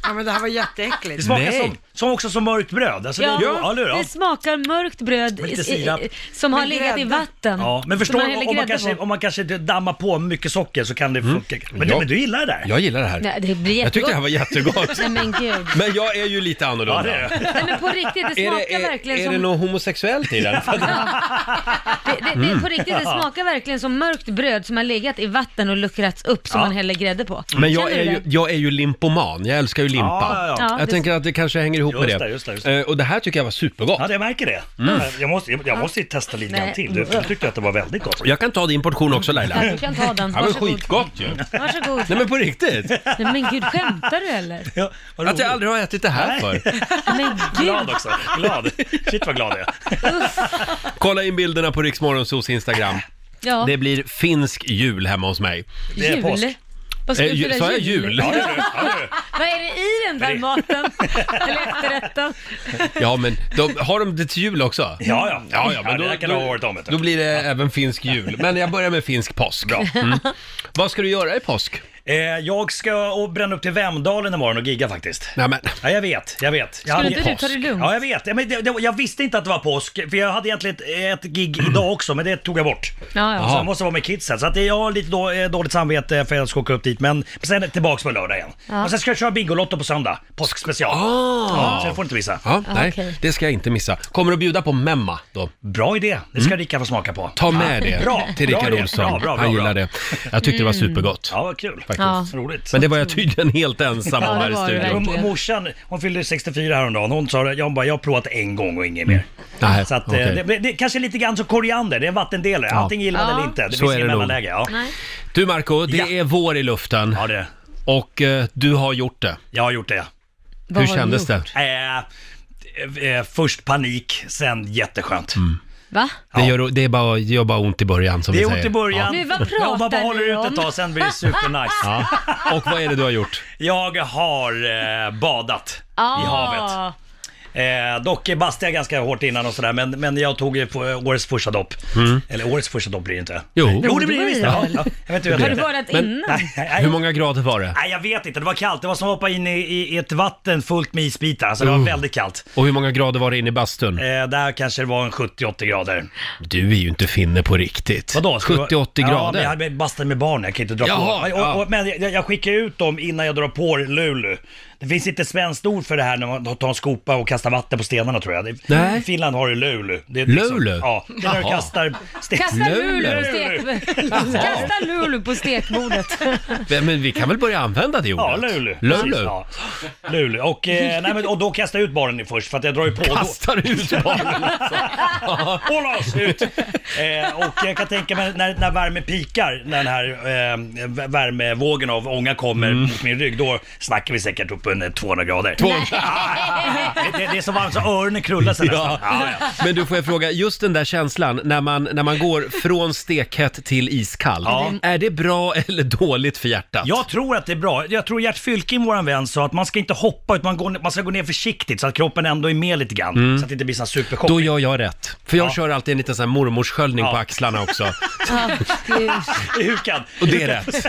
Ja, men det här var jätteäckligt.
Det smakar
Nej.
som, Som också som mörkt bröd. Alltså,
Ja,
det, ja, eller hur? Ja.
det smakar mörkt bröd
Med lite
i- i-
sirap.
som har
Med
legat i
grädde.
vatten.
Ja, men förstår
Som
du,
häller
om man,
grädde
kanske,
på.
om man kanske inte dammar på mycket socker så kan det funka. Men,
Mm. Ja.
men du gillar det där?
Jag gillar det här.
Nej, det blir
Jag tyckte det här
jättegott.
var jättegott.
Nej men gud.
Men jag är ju lite
Ja,
annorlunda.
det är det.
Nej men på riktigt, det
Är
smakar
det, är,
verkligen
är
som...
det något homosexuellt i den?
Det, det,
Mm.
det, på riktigt, det smakar verkligen som mörkt bröd som har legat i vatten och luckrats upp som
Ja.
man häller grädde på.
Men jag
Känner
är,
du
ju,
det?
jag är ju limpoman, jag älskar ju limpa.
Ja, ja, ja.
Ja,
jag
det-
tänker att det kanske hänger ihop
Just
med det.
det, just det, just det.
Eh, Och det här tycker jag var supergott.
Ja, jag märker det.
Mm.
Jag måste, jag, jag måste ju testa lite grann
Nej.
till. Du, du tyckte att det var väldigt gott.
Jag kan ta din portion också Laila.
Ja, du kan ta den.
Det här var
Varsågod.
skitgott ju.
Varsågod.
Nej men på riktigt!
Nej men gud, skämtar du eller?
Ja, vad
Att jag
roligt.
aldrig har ätit det här för.
Men
Glad
gud.
också. Glad. Shit vad glad jag är.
Kolla in bilderna på Riksmorgonsos Instagram.
Ja,
Det blir finsk jul hemma hos mig.
Det är
jul.
påsk.
Vad ska
Eh,
du
ju-
fira
sa jag jul?
Ja, det är det. Ja, det är det.
Vad är det i den där
det-
maten? Eller efterrätten?
Ja men de, har de det till jul också?
Ja, ja.
Ja, ja, men
det
då-
där kan
då-
du ha året om. vet du.
Då blir det även finsk jul. Men jag börjar med finsk påsk. Mm. Vad ska du göra i påsk?
Eh, jag ska och bränna upp till Vemdalen imorgon och gigga faktiskt.
Nej, men,
Ja, jag vet, jag vet. Jag
Skulle inte du ta det lugnt?
Ja, jag vet. Ja, Men det, det, jag visste inte att det var påsk, för jag hade egentligen ett, ett gig idag också, men det tog jag bort.
Ja, ja.
Så jag måste vara med kidsen. Så att jag har lite då, eh, dåligt samvete för att jag ska åka upp dit. Men sen är jag tillbaka på lördag igen. Och sen ska jag köra Bingolotto på söndag. Påskspecial. Ja, så jag får inte missa.
Ah. ja, nej,
okej.
det ska jag inte missa. Kommer du bjuda på memma då? Mm.
Bra idé. Det ska Rickard få smaka på.
Ta med det
bra,
till
bra
Rickard
idé.
Olsson.
Bra, bra, bra,
Han gillar
bra.
det. Jag tyckte det
Mm.
var supergott.
Ja, vad kul.
Ja.
Roligt.
Men det var jag tydligen helt ensam om
Ja, det
här i
var du
studion.
verkligen.
Och morsan, hon fyllde 64 häromdagen. Hon sa det, jag bara, jag har provat en gång och inget mer.
Nej,
Så att, eh,
Mm. okej.
det, det, det kanske är lite grann som koriander, det är en vattendelare. Antingen gillar man
Ja.
eller inte. Det
Så
finns
är
inget
det nog.
mellanläge. Ja.
Nej.
Du Marco, det
Ja.
är vår i luften
ja, det.
och eh, du har gjort det.
Jag har gjort det.
Vad
Hur
har du
kändes
gjort?
det?
Eh, eh, först panik, sen jätteskönt.
Mm,
Va?
Det gör, det, är bara, det gör bara ont i början som
Det
vi
är
säger.
ont i början.
Ja. Nu, vad
jag bara
pratar
behåller
ni
ut
om?
ett tag, sen blir det supernice.
Ja. Ja. Och vad är det du har gjort?
Jag har eh, badat i havet.
Ah.
Eh, dock bastade jag ganska hårt innan och sådär, men, men jag tog ju på eh, årets första dopp.
Mm.
Eller årets första dopp blir det inte.
Jo.
jo det blir det visst. Ja, ja. Jag vet inte
Har
hur jag
du
tänkte.
varit
Men-
innan?
Nej, nej, nej.
Hur många grader var det?
Nej, jag vet inte. Det var kallt. Det var som att hoppa in i, i, i ett vatten fullt med isbitar. Så det var
Uh.
väldigt kallt.
Och hur många grader var det inne i bastun?
Eh, där kanske det var en 70-80 grader.
Du är ju inte finne på riktigt.
Vadå? Ska det vara-
70-80
Ja, men
grader?
jag hade bastat med barn. Jag kan inte dra
Jaha,
på.
ja.
Och, och, men jag, jag skickar ut dem innan jag drar på Lulu. Det finns inte svenskt ord för det här när man tar en skopa och kastar vatten på stenarna tror jag. Det,
Nej.
I Finland har du Lulu. Det är liksom-
Lulu?
ja, det är när du
Jaha.
kastar sten.
Kasta Lulu på
Lulu.
stek... Kasta Lulu på stekbordet.
Men vi kan väl börja använda det ordet?
Ja, Lulu. Precis,
Lulu?
Ja. Lulu. Och, eh, nej, men, och då kastar jag ut barnen i först för att jag drar ju på. då-
Kastar ut barnen alltså.
Hålla oss ut! Eh, och jag kan tänka mig när, när värmen pikar, när den här eh, v- värmevågen av ånga kommer
Mm.
mot min rygg, då snackar vi säkert upp en eh, 200 grader. Det, det, det är så varmt så öronen krullar sig nästan. Ja, ja.
Men du får jag fråga, just den där känslan när man, när man går från stekhett till iskall. Är det bra eller dåligt för hjärtat?
Jag tror att det är bra. Jag tror Gert Fylking, våran vän, sa att man ska inte hoppa utan man, går, man ska gå ner försiktigt så att kroppen ändå är med lite grann. Så att det inte blir sån här superchock.
Mm. Då gör jag rätt. För jag
Ja.
kör alltid en liten sån här mormorssköljning
Ja.
på axlarna också.
Hukad.
Och det är rätt.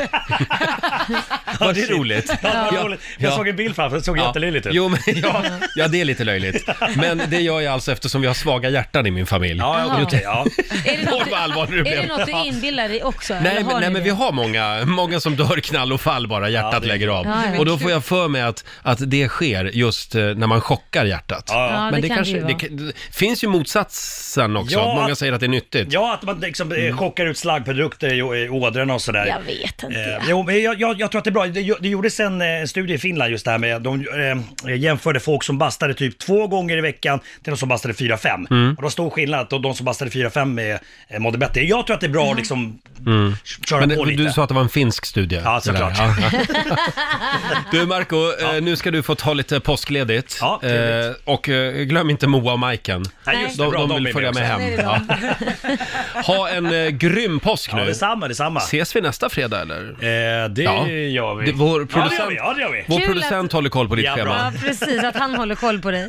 Var det
Shit.
roligt?
Ja, det var roligt. Jag
Ja.
såg en bild framför, det såg jättelöjligt ut.
Jo, men, ja, ja, det är lite löjligt. Men det gör jag alltså eftersom vi har svaga hjärtan i min familj.
Ja, okej. ja.
Är det
Oj, vad
något,
allvarlig du
är det
blev.
något du inbillar dig också? eller
Nej,
har
men, nej
ni
men
det?
vi har många, många som dör knall och fall bara, hjärtat
Ja, det-
lägger av.
Ja, ja.
Och då får jag för mig att, att det sker just eh, när man chockar hjärtat.
Ja,
Ja,
Men det,
kan
kanske,
ju
det,
vara.
kan- det finns ju motsatsen också,
Ja,
att många
att-
säger att det är nyttigt.
Ja, att man liksom mm. chockar ut slaggprodukter i, i ådrorna och sådär.
Jag vet inte.
Eh, jo, men jag, jag, jag tror att det är bra. Det, det gjordes en eh, studie i Finland just det här med, de eh, jämförde folk som bastade typ två gånger i veckan till de som bastade fyra, fem.
Mm.
Och det var stor skillnad att de, de som bastade fyra, fem eh, mådde bättre. Jag tror att det är bra
Mm.
att liksom köra
Men
på
det-
lite.
du sa att det var en finsk studie.
Ja,
det där.
såklart.
Ja. Du Marco, eh, nu ska du få ta lite påskledigt.
Ja,
eh,
trevligt.
och eh, glöm inte Moa och Majken.
Nej, just det,
De,
bra,
de
de
vill
är
följa
med
med hem.
också.
Ja. Ha en eh, grym påsk
Ja,
nu.
detsamma, detsamma.
Ses vi nästa fredag eller?
Eh, det
Ja.
gör vi.
Det- vår
Ja, det gör
producent-
vi. Ja, det gör vi.
Vår
Kul
producent håller koll på ditt
Ja, bra.
schema.
Ja, precis. Att han håller koll på dig.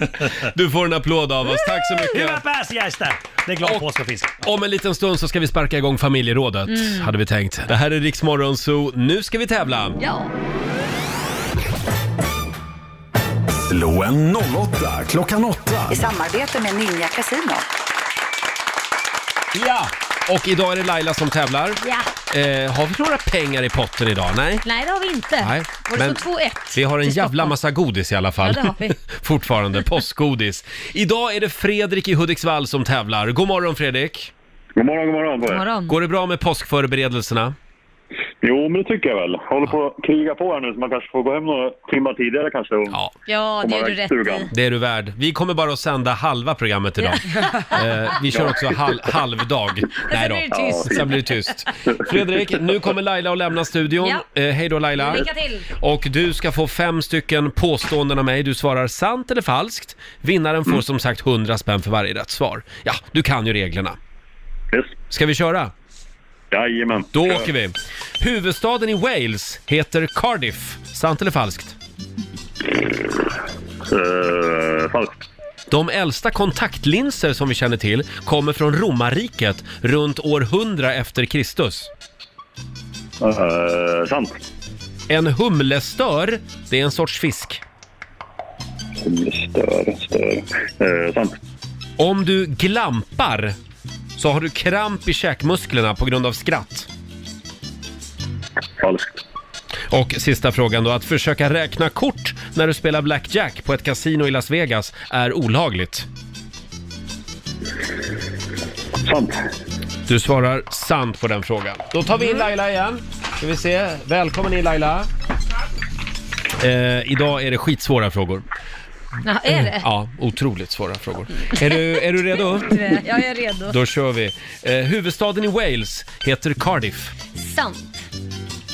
Du får en applåd av oss. Tack så mycket.
Hyvä pääsiäistä! Det är glad
Och-
påsk och finska.
Om en liten stund så ska vi sparka igång familjerådet,
Mm.
hade vi tänkt. Det här är Rix Morgon Zoo. Nu ska vi tävla.
Ja.
Slå en 08 klockan 8.
I samarbete med Ninja Casino.
Ja! Och idag är det Laila som tävlar.
Ja.
Eh, har vi några pengar i potten idag? Nej.
Nej, det har vi inte.
Nej,
Var det
men
så 2-1?
Vi har en
till
jävla
Stockholm?
massa godis i alla fall.
Ja, det har vi.
Fortfarande, påskgodis. Idag är det Fredrik i Hudiksvall som tävlar. God morgon Fredrik!
God morgon, god morgon på
God
er.
morgon.
Går det bra med påskförberedelserna?
Jo, men det tycker jag väl. Håller på att kriga på här nu så man kanske får gå hem några timmar tidigare kanske. Och...
Ja,
Ja, det gör du rätt eh. i.
det är du värd. Vi kommer bara att sända halva programmet idag. Eh, vi kör också hal- halvdag. Nej
blir det tyst.
Sen blir det tyst. Fredrik, nu kommer Laila att lämna studion.
Ja.
Eh, hej då Laila.
Lycka till.
Och du ska få fem stycken påståenden av mig. Du svarar sant eller falskt. Vinnaren
Mm.
får som sagt 100 spänn för varje rätt svar. Ja, du kan ju reglerna.
Yes.
Ska vi köra?
Jajamän.
Då åker vi. Huvudstaden i Wales heter Cardiff. Sant eller falskt?
Eh, falskt.
De äldsta kontaktlinser som vi känner till kommer från romarriket runt år 100 efter Kristus.
Eh, sant.
En humlestör, det är en sorts fisk.
Stör, stör. Eh, sant.
Om du glampar så har du kramp i käkmusklerna på grund av skratt.
Falskt.
Och sista frågan då, att försöka räkna kort när du spelar blackjack på ett kasino i Las Vegas är olagligt.
Sant.
Du svarar sant på den frågan. Då tar vi in Laila igen. Ska vi se. Välkommen in Laila. Eh, idag är det skitsvåra frågor.
Ja, är det?
Ja, otroligt svåra frågor. Är du, är du redo?
Mm. Jag är redo.
Då kör vi. Eh, huvudstaden i Wales heter Cardiff.
Sant.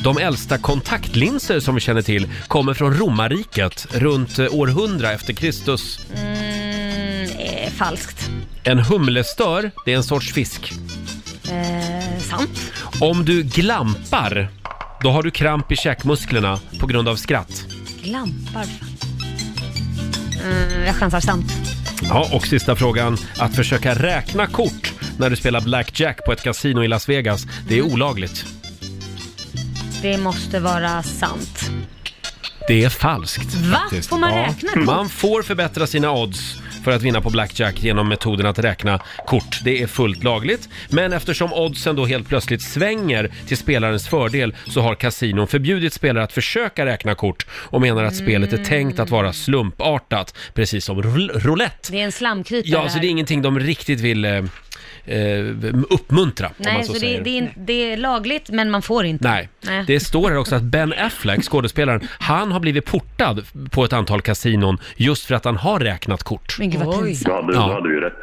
De äldsta kontaktlinser som vi känner till kommer från romarriket runt eh, år 100 efter Kristus.
Mm, eh, falskt.
En humlestör, det är en sorts fisk.
Eh, sant.
Om du glampar, då har du kramp i käkmusklerna på grund av skratt.
Glampar. fan. Mm, jag chansar sant.
Ja, och sista frågan. Att försöka räkna kort när du spelar blackjack på ett kasino i Las Vegas, det är olagligt.
Det måste vara sant.
Det är falskt.
Va?
faktiskt.
Får man räkna kort?
Man får förbättra sina odds för att vinna på blackjack genom metoden att räkna kort. Det är fullt lagligt. Men eftersom oddsen då helt plötsligt svänger till spelarens fördel så har kasinon förbjudit spelare att försöka räkna kort och menar att spelet är tänkt att vara slumpartat, precis som roul- roulette.
Det är en slamkrypare
Ja, så
här.
det är ingenting de riktigt vill eh, eh, uppmuntra, om man
Nej,
så,
så det,
säger.
det, är, det är lagligt men man får inte.
Nej.
Nej.
det står här också att Ben Affleck, skådespelaren, han har blivit portad på ett antal kasinon just för att han har räknat kort.
Men gud vad pinsamt.
Då hade,
Ja.
då hade du ju rätt.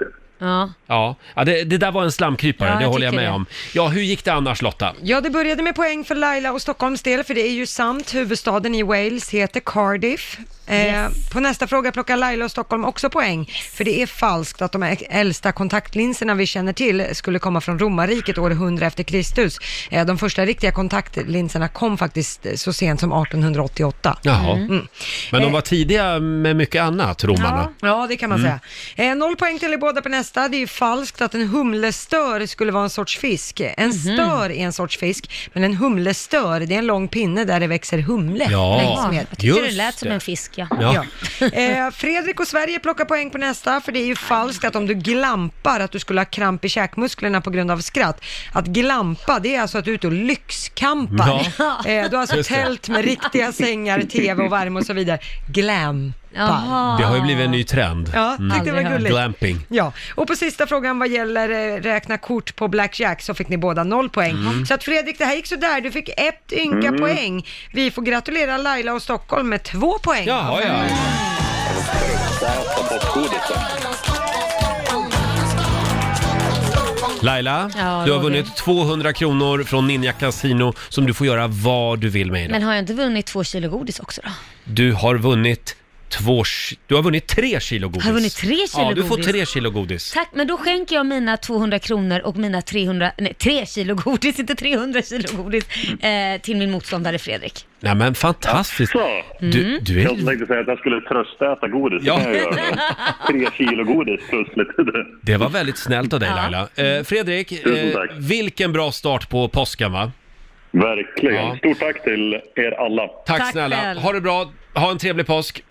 Ja.
Ja, ja det, det där var en slamkrypare,
Ja,
det
jag
håller jag
tycker
med
det.
om. Ja, hur gick det annars Lotta?
Ja, det började med poäng för Laila och Stockholms del, för det är ju sant. Huvudstaden i Wales heter Cardiff. Eh, på nästa fråga plockar Laila och Stockholm också poäng, för det är falskt att de ä- äldsta kontaktlinserna vi känner till skulle komma från romarriket år 100 efter Kristus. Eh, de första riktiga kontaktlinserna kom faktiskt eh, så sent som 1888.
Jaha.
Mm.
Men de
Eh.
var tidiga med mycket annat, romarna.
Ja, det kan man
Mm.
säga. Eh, noll poäng till er båda på nästa. Det är ju falskt att en humlestör skulle vara en sorts fisk.
Mhm.
En stör är en sorts fisk, men en humlestör, det är en lång pinne där det växer humle.
Ja,
Ja, jag tyckte det lät
just
som en fisk ja.
Ja.
Eh, Fredrik och Sverige plockar poäng på nästa, för det är ju falskt att om du glampar, att du skulle ha kramp i käkmusklerna på grund av skratt. Att glampa, det är alltså att du är ute och lyxkampar. Eh, du har alltså
Just det.
tält med riktiga sängar, tv och värme och så vidare. Glampa.
Jaha.
Det har ju blivit en ny trend.
Ja, tyckte det
Aldrig
var
hört.
gulligt.
Glamping.
Ja, och på sista frågan vad gäller eh, räkna kort på blackjack så fick ni båda noll poäng.
Mm.
Så att Fredrik, det här gick så där. Du fick ett ynka poäng. Vi får gratulera Laila och Stockholm med två poäng.
Jaha, ja. Laila,
Ja,
du har
Roger.
vunnit 200 kronor från Ninja Casino som du får göra vad du vill med idag.
Men har jag inte vunnit två kilo godis också då?
Du har vunnit två... ki- Du har vunnit tre kilo godis.
Har jag vunnit tre kilo
Ja, du får
godis?
tre kilo godis.
Tack, men då skänker jag mina 200 kronor och mina 300, nej 3 kilo godis, inte 300 kilo godis,
Mm.
eh, till min motståndare Fredrik.
Nej men fantastiskt.
Så.
Du, du
Jag
är...
tänkte säga att jag skulle trösta äta godis.
Ja.
Det kan jag göra. Tre kilo godis plus lite.
Det var väldigt snällt av dig
Ja.
Laila. Eh, Fredrik,
Tusen
eh,
tack.
vilken bra start på påsken va?
Verkligen.
Ja.
Stort tack till er alla.
Tack,
Tack
snälla.
själv.
Ha det bra. Ha en trevlig påsk.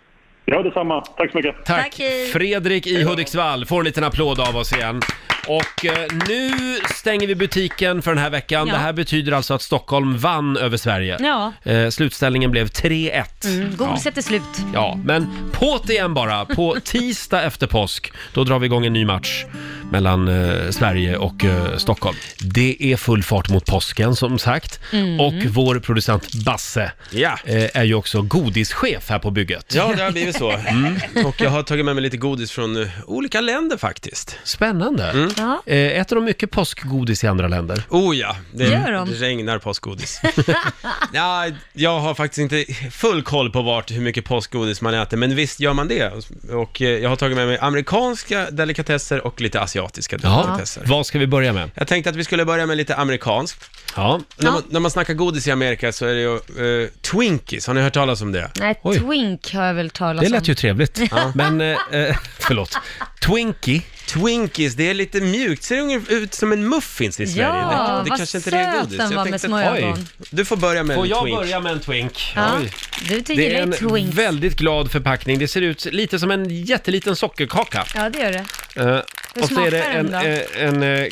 Ja, detsamma. Tack så mycket.
Tack.
Tack, hej.
Fredrik i Hudiksvall får en liten applåd av oss igen. Och eh, nu stänger vi butiken för den här veckan.
Ja.
Det här betyder alltså att Stockholm vann över Sverige.
Ja.
Eh, slutställningen blev 3-1.
Mm, godiset är slut.
Ja, men på't igen bara. På tisdag efter påsk, då drar vi igång en ny match mellan eh, Sverige och eh, Stockholm. Det är full fart mot påsken som sagt.
Mm.
Och vår producent Basse eh, är ju också godischef här på bygget.
Ja, det har blivit så.
Mm.
Och jag har tagit med mig lite godis från eh, olika länder faktiskt.
Spännande.
Ja.
Eh, äter de mycket påskgodis i andra länder?
Oh Mm. ja, det
Gör de?
regnar påskgodis. ja, jag har faktiskt inte full koll på vart, hur mycket påskgodis man äter, men visst gör man det. Och eh, jag har tagit med mig amerikanska delikatesser och lite asiatiska
Ja.
delikatesser.
Vad ska vi börja med?
Jag tänkte att vi skulle börja med lite amerikanskt.
Ja.
När, man, när man snackar godis i Amerika så är det ju eh, Twinkies, har ni hört talas om det?
Nej,
Oj.
twink har jag väl talat
Det lät ju
om.
trevligt. Men, eh, eh, förlåt. Twinkie.
Twinkies, det är lite mjukt, ser ungefär ut som en muffins i Sverige.
Ja,
det
vad
kanske inte det är
söt
godis.
den
Jag
var med
tänkte-
små ögon.
Oj. Du får börja med
Får
en
jag
twink.
börja med en twink?
Ja.
Oj.
Du tycker
Det är
gillar ju
en
twink.
väldigt glad förpackning. Det ser ut lite som en jätteliten sockerkaka.
Ja, det gör det.
Eh, och så är
smakar
det
den
en,
då?
eh, en, eh,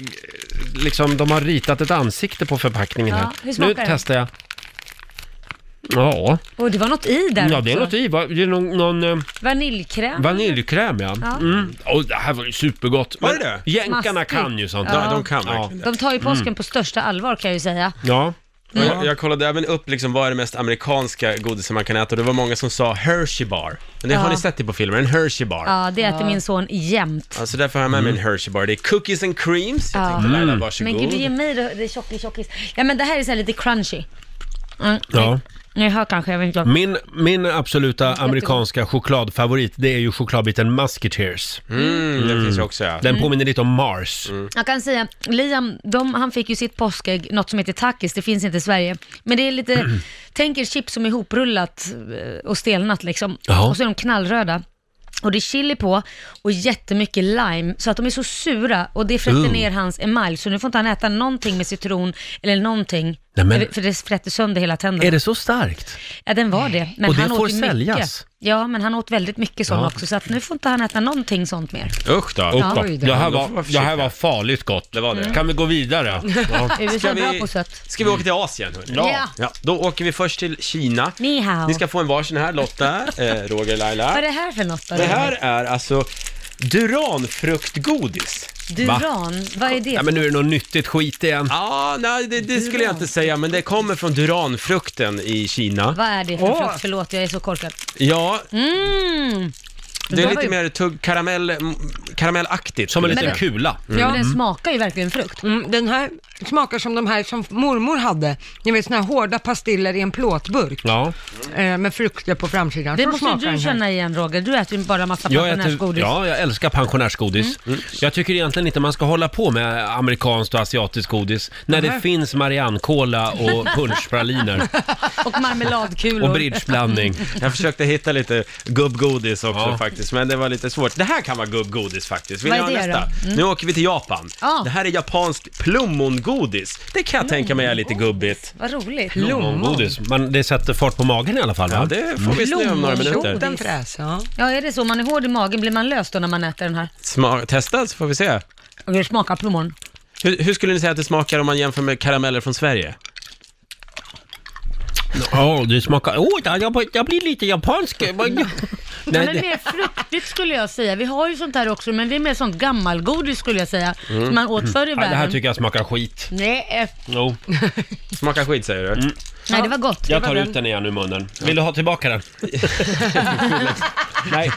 liksom, de har ritat ett ansikte på förpackningen
Ja,
här.
hur
nu
smakar den?
testar jag. Ja,
Och det var något i där
ja det är
också.
något i. Va? Det är någon, någon eh,
Vaniljkräm.
vaniljkräm ja.
Ja.
Mm. Och det här var ju supergott.
Var
Men
det det?
Jänkarna
Mastigt.
kan ju sånt.
Ja.
Ja, de kan
Ja.
verkligen det.
De tar ju
Mm.
påsken på största allvar kan jag ju säga.
Ja.
Och Jag, jag kollade även upp liksom vad är det mest amerikanska godiset man kan äta och det var många som sa Hershey bar. Men det har
Ja.
ni sett det på filmer, en Hershey bar.
Ja, det äter min son jämt.
Alltså därför har jag med mig en Hershey bar. Det är cookies and creams. Jag
Ja. Mm.
tänkte Laila,
Men
varsågod.
gud, ge mig det, det är tjockis, tjockis. Ja, men det här är så här lite crunchy. Mm.
Ja. Mm.
Ni hör kanske, jag vet inte. om-
Min, min absoluta amerikanska chokladfavorit, det är ju chokladbiten Musketeers.
Mm, det finns ju också ja.
Den påminner lite om Mars.
Mm.
Jag kan säga, Liam, de, han fick ju sitt påskägg, något som heter takis, det finns inte i Sverige. Men det är lite, tänk er chips som är ihoprullat eh, och stelnat liksom.
Jaha.
Och så är de knallröda. Och det är chili på och jättemycket lime, så att de är så sura och det frätter
Ooh.
ner hans emalj. Så nu får inte han äta någonting med citron eller någonting,
Nej, men-
för det frätter sönder hela tänderna.
Är det så starkt?
Ja, den var det. Men
Och det
han åt
får
ju
säljas.
Mycket. Ja, men han åt väldigt mycket sånt
Ja.
också, så att nu får inte han äta någonting sånt mer.
Usch då.
Upp då.
Oj, det
det, här
var-
var, det här var farligt gott.
Det var det.
Kan vi gå vidare? Ja.
USA är bra på sött.
ska vi åka till Asien? hörni?
Ja.
ja. Då åker vi först till Kina.
Ni hao.
Ni ska få en varsin här, Lotta, eh, Roger, Laila.
Vad är det här för något då?
Det här är alltså Duranfruktgodis.
Duran, vad är det?
ja, men nu är det något nyttigt skit igen.
Ja, Ah, nej, det, det skulle jag inte säga, men det kommer från Duranfrukten i Kina.
Vad är det för frukt? Förlåt, jag är så korkad.
Ja,
Mm.
det
var
är lite
ju-
mer tugg, karamell, m- karamellaktigt.
Som en
skulle
liten
jag säga.
kula.
Ja, men den smakar ju verkligen frukt.
Mm, den här smakar som de här som mormor hade, ni vet såna här hårda pastiller i en plåtburk
Ja.
eh, med frukter på framsidan.
Det
Så
måste
smakar
ju du
den här.
känna igen Roger, du äter ju bara massa
Jag, äter,
pensionärsgodis.
ja, jag älskar pensionärsgodis. Jag tycker egentligen inte man ska hålla på med amerikanskt och asiatiskt godis när det finns Mariannekola och punschpraliner
Och marmeladkulor.
och bridgeblandning.
Jag försökte hitta lite gubbgodis också
Ja.
faktiskt, men det var lite svårt. Det här kan vara gubbgodis faktiskt. Vill
Vad
ni
är
ha
det
nästa? Nu åker vi till Japan.
Ja.
Det här är japanskt plommongodis. Det kan jag tänka mig är lite gubbigt.
Vad roligt.
Plommongodis. Men det sätter fart på magen i alla fall va?
Ja, det får vi se om några
Plommongodis.
minuter.
Den fräs, ja.
Ja, är det så? Man är hård i magen, blir man lös då när man äter den här?
Sma- testa så får vi se.
Och det smakar plommon.
Hur, hur skulle ni säga att det smakar om man jämför med karameller från Sverige?
Ja, det smakar... Åh, jag, jag blir lite japansk. Nej,
Nej, men
det-
mer fruktigt skulle jag säga. Vi har ju sånt här också, men det är mer sånt gammalgodis skulle jag säga. Som man åt förr i
Nej, Mm. det här
världen.
tycker jag smakar skit.
Nej, eh,
Jo,
Smakar skit säger du?
Mm.
nej, det var gott.
jag tar ut den igen ur munnen. Vill du ha tillbaka den? Nej.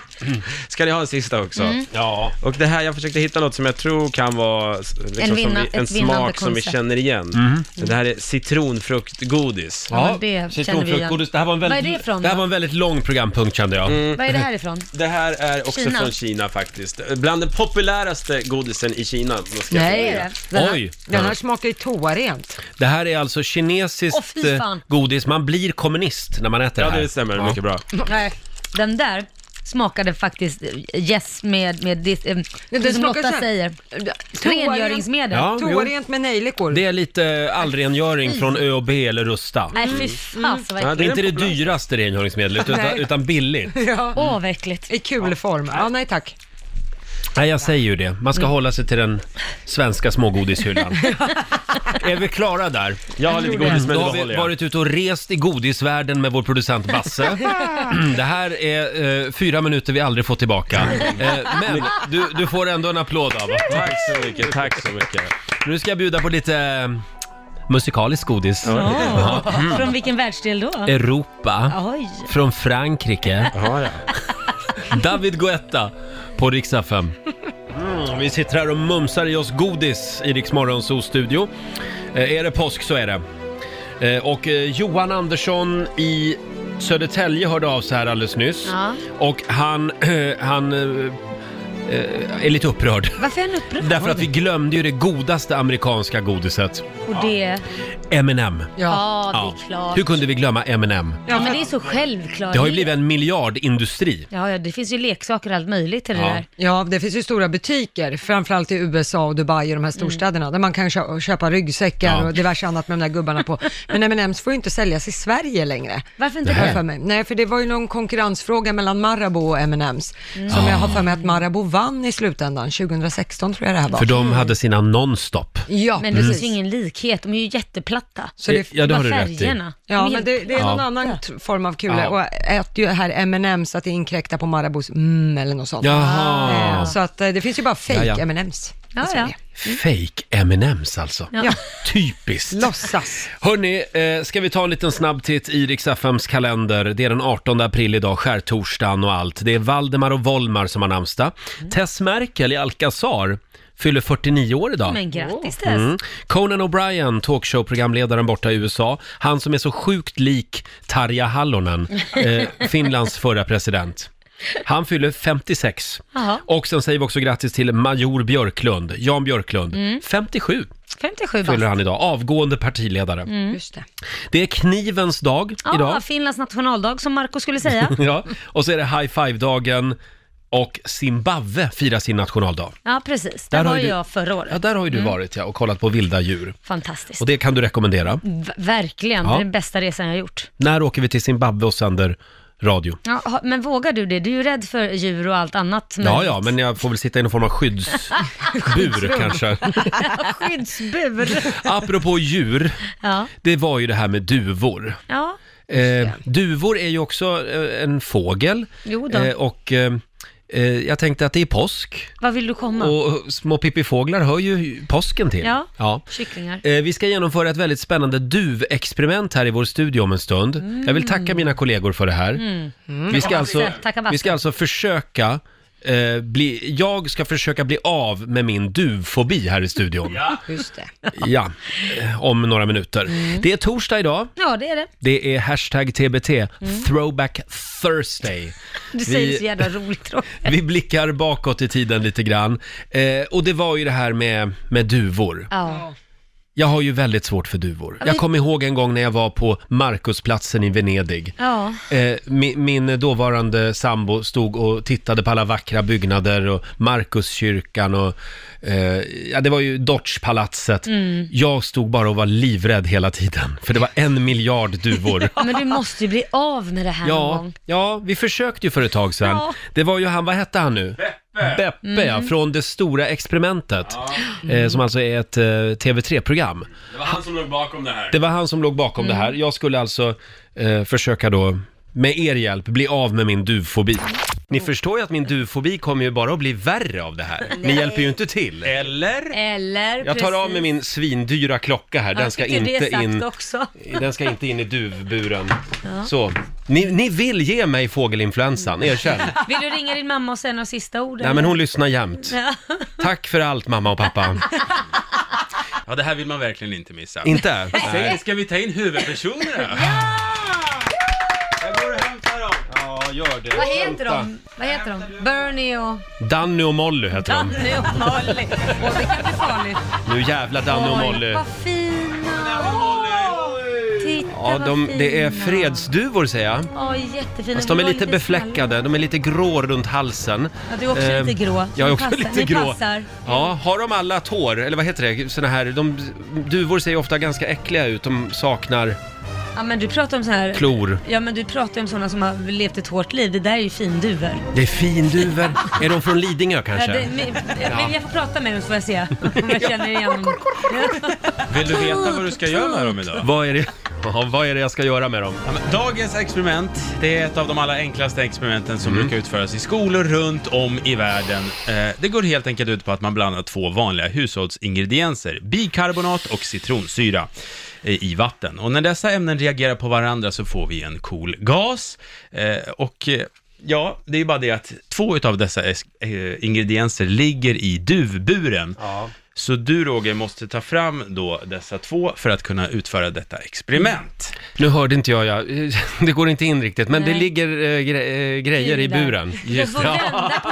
Ska ni ha en sista också?
Ja.
Och det här, jag försökte hitta något som jag tror kan vara s- liksom,
En vinna-
som vi, en
ett vinnande
smak som vi
koncept.
känner igen. Så det här är citronfruktgodis.
Ja, men det känner vi
citronfruktgodis.
igen.
Det här var en väldigt,
Vad är det från
här
då? Mm.
var en väldigt lång programpunkt kände jag.
Vad är det här ifrån?
Det här är också
Kina.
från Kina faktiskt. Bland den populäraste godisen i Kina. då Ska jag
Nej.
säga.
här-
Oj!
Den här smakar ju toarent.
Det här är alltså
Åh,
kinesiskt
fy
eh,
fan.
godis. Man blir kommunist när man äter
Ja,
det här.
det stämmer. Mycket bra.
Nej, den där smakade faktiskt eh, yes med, med det, eh, det som
smakar
Lotta
så här-
säger.
Toarent-
Rengöringsmedel.
Ja, jo.
Toarent med nejlikor.
Det är lite allrengöring
Fy.
från ÖoB eller Rusta.
Nej
Mm.
fy fan så
Ja, det är
äckligt.
inte det dyraste rengöringsmedlet, utan,
Nej.
utan billigt.
Ja.
Åh vad äckligt.
I kulform. Ja, nej tack.
Nej, jag säger ju det. Man
Mm.
ska hålla sig till den svenska smågodishyllan. är vi klara där?
Jag har lite godis, men
Då
det
har
behåller
vi
jag.
varit ute och rest i godisvärlden med vår producent Basse. det här är eh, fyra minuter vi aldrig får tillbaka. Eh, men du, du får ändå en applåd av oss.
Tack så mycket, tack så mycket.
Nu ska jag bjuda på lite eh, musikalisk godis.
Åh, Från vilken världsdel då?
Europa.
Oj.
Från Frankrike.
Jaha, ja.
David Guetta på riksdag 5. Mm, vi sitter här och mumsar i oss godis i Rix Morgonzoos studio. Eh, är det påsk så är det. Eh, och eh, Johan Andersson i Södertälje hörde av sig här alldeles nyss.
Ja.
Och han, han eh, eh, är lite upprörd.
Varför är han upprörd?
Därför att vi glömde ju det godaste amerikanska godiset.
Och det...
M&M.
Ja, det är klart.
Hur kunde vi glömma M&M?
Ja, men det är så självklart.
Det har ju blivit en miljardindustri.
Ja, ja, det finns ju leksaker och allt möjligt till det
Ja.
där.
Ja, det finns ju stora butiker, framförallt i USA och Dubai och de här storstäderna, där man kan kö- köpa ryggsäckar
Ja.
och diverse annat med de där gubbarna på. Men M&M's får ju inte säljas i Sverige längre.
Varför inte
har jag
det?
För mig. Nej, för det var ju någon konkurrensfråga mellan Marabou och M&M's som jag har för mig att Marabou vann i slutändan, 2016 tror jag det här var.
För
Mm.
de hade sina non-stop.
Ja,
Men det
precis.
finns ju ingen likhet, de är ju jätteplatta.
Så det,
Eh, Ja, det har
Bara
du rätt i.
färgerna. De
Ja,
är
men
helt-
det, det är någon
Ja.
annan t- form av kula.
Ja.
Och äter ju här M&M's att det inkräktar på Marabous mm eller något sånt.
Jaha.
Ah.
Eh, Så att eh, det finns ju bara fake
Ja, ja.
M&M's
Ja,
i
ja.
Sverige.
Fake M&M's alltså.
Ja.
Typiskt.
Låtsas.
Hörni, eh, ska vi ta en liten snabb titt i Rix FMs kalender. Det är den 18 april idag, skärtorsdagen och allt. Det är Valdemar och Volmar som har namnsdag.
Mm.
Tess Merkel i Alcazar fyller 49 år idag.
Men grattis Tess.
Mm. Conan O'Brien, talkshow-programledaren borta i USA. Han som är så sjukt lik Tarja Hallonen, eh, Finlands förra president. Han fyller 56.
Jaha.
Och sen säger vi också grattis till Major Björklund, Jan Björklund, 57
57 bast.
fyller han idag, avgående partiledare.
Just det.
Det är knivens dag
Ja,
idag.
Finlands nationaldag som Marco skulle säga.
Ja, och så är det high five-dagen och Zimbabwe firar sin nationaldag.
Ja, precis.
Där
Där
har
var
ju
ju
du-
jag förra
Ja,
året.
där har ju du varit ja, och kollat på vilda djur.
Fantastiskt.
Och det kan du rekommendera.
V- verkligen,
Ja.
det är den bästa resan jag har gjort.
När åker vi till Zimbabwe och sänder radio?
Ja, ha- men vågar du det? Du är ju rädd för djur och allt annat.
Ja, ja, men jag får väl sitta i någon form av skyddsbur kanske.
Skyddsbur.
Apropå djur,
Ja.
det var ju det här med duvor.
ja.
Eh, duvor är ju också eh, en fågel.
Jo då.
och eh, eh, jag tänkte att det är påsk.
Vad vill du komma?
Och små pippifåglar hör ju påsken till.
Ja. Kycklingar.
Eh, Vi ska genomföra ett väldigt spännande duvexperiment här i vår studio om en stund. Jag vill tacka mina kollegor för det här. Vi, ska alltså,
Tacka Basse.
vi ska alltså försöka eh, bli, jag ska försöka bli av med min duvfobi här i studion. Ja,
Just det.
ja eh, om några minuter. Det är torsdag idag.
Ja, det är det.
Det är hashtag TBT, Throwback Thursday.
Du säger
Vi-
det så jävla roligt Roger.
Vi blickar bakåt i tiden lite grann. Eh, och det var ju det här med, med duvor.
Ja.
Jag har ju väldigt svårt för duvor. Jag
vi-
kommer ihåg en gång när jag var på Markusplatsen i Venedig.
ja.
Eh, min, min dåvarande sambo stod och tittade på alla vackra byggnader och Markuskyrkan och eh, ja, det var ju Dogepalatset.
Mm.
Jag stod bara och var livrädd hela tiden, för det var en miljard duvor.
Men du måste ju bli av med det här någon
Ja,
gång.
ja, vi försökte ju för ett tag sedan.
Ja. Mm.
Det var ju han, vad hette han nu? Beppe! Beppe, ja, från det stora experimentet. Eh, som alltså är ett eh, TV3-program.
Det var han som låg bakom det här.
Det var han som låg bakom det
Mm.
här. Jag skulle alltså eh, försöka då, med er hjälp, bli av med min duvfobi.
Mm.
Ni förstår ju att min duvfobi kommer ju bara att bli värre av det här. Ni hjälper ju inte till.
Eller?
Eller
Jag tar av
Eh, precis.
mig min svindyra klocka här.
Ja,
Den ska
fick du
inte
det sagt
in...
också.
Den ska inte in i duvburen. Så. Ni, ni vill ge mig fågelinfluensan,
Mm.
erkänn.
Vill du ringa din mamma och säga några sista ord?
Nej men hon lyssnar jämt.
Ja.
Tack för allt mamma och pappa.
Ja, det här vill man verkligen inte missa.
Inte?
Säg, ska vi ta in huvudpersonerna? Jag går och hämtar dem.
Ja, gör det.
Vad heter de? Vad heter de? Bernie och
Danny och Molly heter de.
Danny och Molly. Åh, det kan bli farligt.
Nu jävla Danny och
Oj,
Molly.
Vad fina. Åh, titta
Ja,
vad
de, det är
fina.
fredsduvor säger jag.
Ja, jättefina.
Fast de är
Vi var
lite
snälla.
befläckade, de är lite grå runt halsen.
Ja, du är också
Eh,
lite grå.
Jag är
Ni
också
passar-
lite
ni
grå.
passar.
Ja, har de alla tår, eller vad heter det, såna här, de, duvor ser ju ofta ganska äckliga ut, de saknar
Ja, men du pratar om så här...
klor.
Ja, men du pratar ju om sådana som har levt ett hårt liv. Det där är ju finduvor.
Det är finduvor. är de från Lidingö kanske?
Ja, det, men,
Ja.
men jag får prata med dem så får jag se om jag känner igen dem.
Vill du veta vad du ska göra med dem idag?
Vad är det, ja, vad är det jag ska göra med dem?
Ja, men Dagens experiment, det är ett av de allra enklaste experimenten som brukar utföras i skolor runt om i världen. Eh, det går helt enkelt ut på att man blandar två vanliga hushållsingredienser, bikarbonat och citronsyra eh, i vatten. Och när dessa ämnen reagerar på varandra så får vi en cool gas. Eh, och eh, ja, det är ju bara det att två utav dessa es- eh, ingredienser ligger i duvburen. Så du Roger måste ta fram då dessa två för att kunna utföra detta experiment.
Nu hörde inte jag, jag, det går inte in riktigt, men det
Nej.
ligger eh, gre- eh, grejer i
Där.
buren.
Du, får vända på,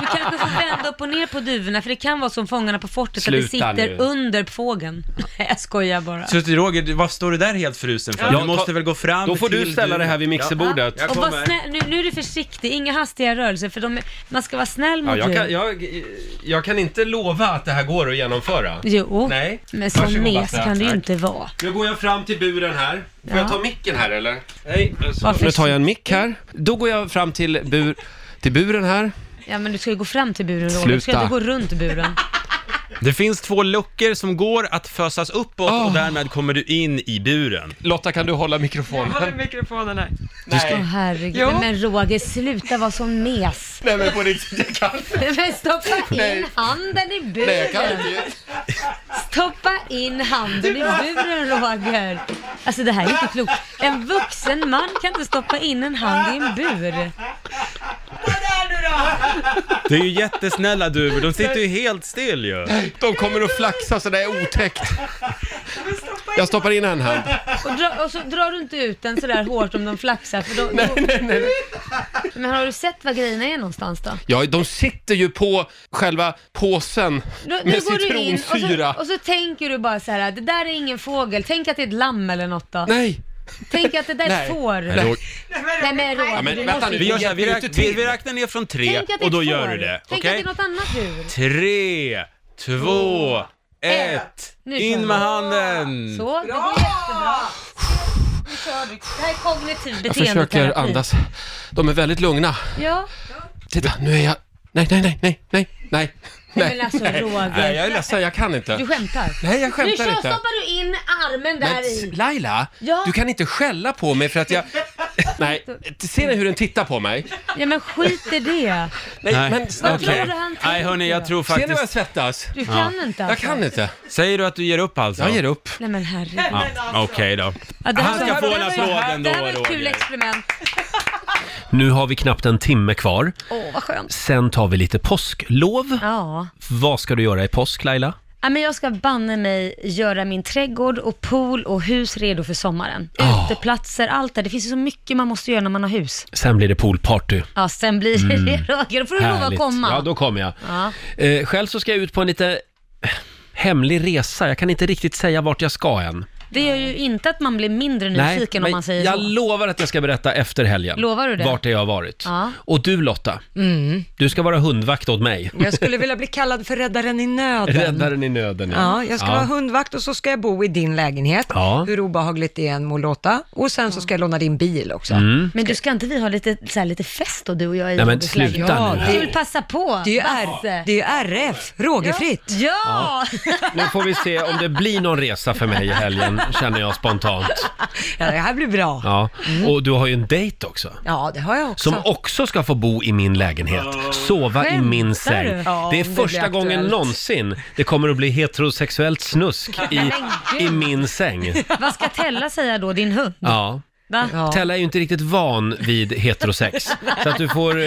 du kanske får vända upp och ner på duvorna, för det kan vara som Fångarna på fortet,
Sluta
att det sitter
nu.
under fågeln. Nej, jag skojar bara.
Så Roger, vad står du där helt frusen för?
Ja,
du måste
ta-
väl gå fram
då får du
till
ställa det här vid mixerbordet.
Ja, jag
Och var
kommer.
snäll, nu, nu är du försiktig, inga hastiga rörelser, för de, är- man ska vara snäll
Ja,
mot
jag,
djur.
kan, jag, jag kan inte lova att det här går att genomföra.
Jo,
Nej.
men som
Varsågod,
mes
Basse.
kan det ju
Tack.
inte vara.
Nu går jag fram till buren här. Får
Ja.
jag ta micken här eller? Nej. Så.
Varför-
Nu tar jag en mick här. Då går jag fram till, bur, till buren här.
Ja, men du ska ju gå fram till buren, Roger. Du ska
Sluta.
inte gå runt buren.
Det finns två luckor som går att fösas uppåt
Ah.
och därmed kommer du in i buren.
Lotta, kan du hålla mikrofonen?
Håller mikrofonen här.
Åh herregud.
Jo.
Men Roger, sluta vara som mes.
Nej men på riktigt, jag kan inte.
Men stoppa in handen i buren. Stoppa in handen i buren, Roger. Alltså det här är inte klokt. En vuxen man kan inte stoppa in en hand i en bur.
Det är ju jättesnälla duvor, de sitter ju helt still ju.
De kommer att flaxa så det är otäckt. Jag stoppar in en hand.
Och, dra, och så drar du inte ut den sådär hårt om de flaxar. För då, då,
Nej, nej, nej.
men har du sett var grejerna är någonstans då?
Ja, de sitter ju på själva påsen
Då, då
med
går du in och
citronsyra.
så, och så tänker du bara så här, det där är ingen fågel. Tänk att det är ett lamm eller något då.
Nej!
Tänk att det där är ett
Nej.
får. Nej men Roger,
Ja, men
du
vänta
måste
nu,
ju-
Vi, gör så här,
hjälper
vi,
ju
räk-
inte
vi,
till.
vi räknar ner från tre
Tänk att det är
och då
ett
gör
får.
du det.
Tänk
Okej?
att det är något annat djur.
Tre, två, ett.
Nu kör vi. Mm.
In med handen.
Så, det går jättebra. Nu kör du. Det här är kognitiv
Jag försöker
beteendeterapi.
andas. De är väldigt lugna.
Ja,
Titta, nu är jag... Nej, nej, nej, nej, nej, nej.
men
Nej,
alltså
nej
Roger.
jag är ledsen, jag kan inte.
Du skämtar.
Nej, jag
Nu
skämtar
kör,
inte.
stoppar du in armen där
Men
i.
Laila,
Ja.
du kan inte skälla på mig för att jag... Nej, ser ni hur den tittar på mig?
Ja men skit i det.
Nej,
Nej.
men
Vad
snälla.
tror
Okej.
du han tänker?
Nej hörni, jag tror
Ser ni vad jag
faktiskt...
svettas?
Du kan inte
Jag
alltså.
kan inte.
Säger du att du ger upp alltså?
Jag ger upp.
Nej men herregud.
Ja, Okej då.
Ja, det här
Han
var-
ska få
det
en
här var-
applåd ändå,
Det här var ett kul
Roger.
experiment.
Nu har vi knappt en timme kvar.
Åh vad skönt.
Sen tar vi lite påsklov.
Ja.
Vad ska du göra i påsk, Laila?
Ja, men jag ska banne mig göra min trädgård och pool och hus redo för sommaren.
Ah.
Uteplatser, allt det. Det finns ju så mycket man måste göra när man har hus.
Sen blir det poolparty.
Ja, sen blir det Roger. Då får du lov att komma.
Mm. Ja, då kommer jag.
Ja.
Eh, själv så ska jag ut på en lite eh, hemlig resa. Jag kan inte riktigt säga vart jag ska än.
Det gör ju inte att man blir mindre nyfiken om man säger
jag
så.
lovar att jag ska berätta efter helgen.
Lovar du det?
Vart jag har varit.
Ja. Mm.
Och du Lotta, du ska vara hundvakt åt mig.
Jag skulle vilja bli kallad för räddaren i nöden.
Räddaren i nöden.
Ja, jag ska vara hundvakt och så ska jag bo i din lägenhet.
Ja.
Hur obehagligt det än må låta. Och sen så ska jag låna din bil också.
Mm.
Men du ska inte vi ha lite, så här, lite fest då, du och jag i
Nej, men
Rogers lägenhet?
sluta
Ja, nu.
Du vill passa på.
Det är ju R-
Basse.
det är ju RF, rågefritt.
Ja!
Nu får vi se om det blir någon resa för mig i helgen, känner jag spontant.
Ja, det här blir bra. Ja,
Ja. Och du har ju en dejt också.
det har jag också.
Som också ska få bo i min lägenhet, sova i
Skämtar
min
du?
säng.
Ja,
det är
om det
första
blir
gången
aktuellt.
någonsin det kommer att bli heterosexuellt snusk i, i min säng.
Vad ska Tella säga då, din hund?
Ja.
Va?
Ja.
Tella är ju inte riktigt van vid heterosex, så att du får eh,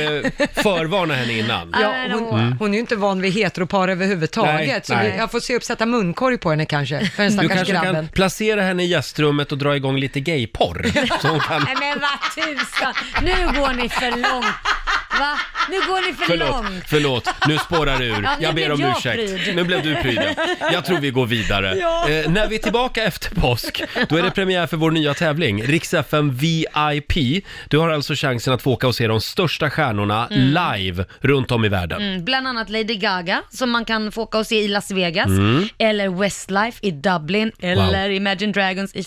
förvarna henne innan.
Ja,
Ja, hon, hon är ju inte van vid heteropar överhuvudtaget,
Nej,
så
nej.
jag får se upp sätta munkorg på henne kanske, för den
Du
stackars
kanske
grabben.
kan placera henne i gästrummet och dra igång lite gayporr. Så hon kan...
Nej men vad tusan, nu går ni för långt. Va? Nu går ni för
Förlåt,
långt.
förlåt, nu spårar ur.
Ja, nu
jag ber
blev
om
jag
ursäkt.
pryd.
Nu blev du pryd. ja. Jag tror vi går vidare.
Ja.
Eh, när vi är tillbaka efter påsk, då är det premiär för vår nya tävling, Rix FM VIP. Du har alltså chansen att få åka och se de största stjärnorna
Mm.
live runt om i världen.
Mm, bland annat Lady Gaga som man kan få åka och se i Las Vegas.
Mm.
Eller Westlife i Dublin. Eller Imagine Dragons i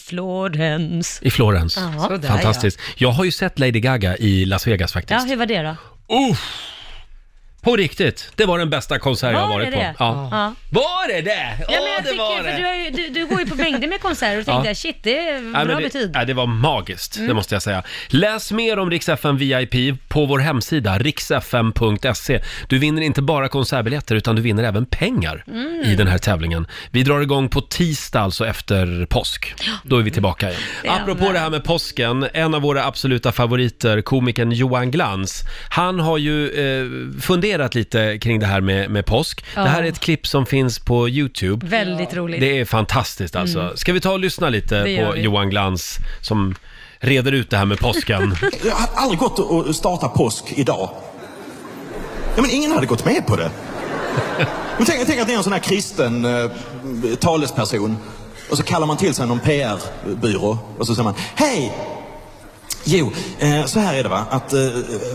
Florens.
I Florens.
Ja. Sådär, ja.
Fantastiskt. Jag har ju sett Lady Gaga i Las Vegas faktiskt.
Ja, hur var det då?
Uff. På riktigt, det var den bästa konsert jag har
Var det
varit på.
det? Ja.
Var det det?
Ja,
Ja,
men jag
det
tycker,
var
ju, för du,
det.
har ju, du, du går ju på mängder med konserter och tänkte
Ja.
jag, shit, det är
Nej,
bra
men det,
betyg.
nej, det var magiskt, det
Mm.
måste jag säga. Läs mer om Rix FM VIP på vår hemsida, riksfm.se. Du vinner inte bara konsertbiljetter, utan du vinner även pengar
Mm.
i den här tävlingen. Vi drar igång på tisdag, alltså efter påsk. Då är vi tillbaka igen.
Det är
Apropå det här med påsken, en av våra absoluta favoriter, komikern Johan Glans, han har ju eh, funderat lite kring det här med, med påsk.
Ja.
Det här är ett klipp som finns på YouTube.
Väldigt roligt.
Det är fantastiskt alltså.
Mm.
Ska vi ta och lyssna lite
Det gör
på
vi.
Johan Glans som reder ut det här med påsken?
Jag hade aldrig gått och starta påsk idag. Ja, men ingen hade gått med på det. Men tänk, tänk att ni är en sån här kristen eh, talesperson. Och så kallar man till sig någon PR-byrå och så säger man Hej! Jo, eh, så här är det va. Att, eh,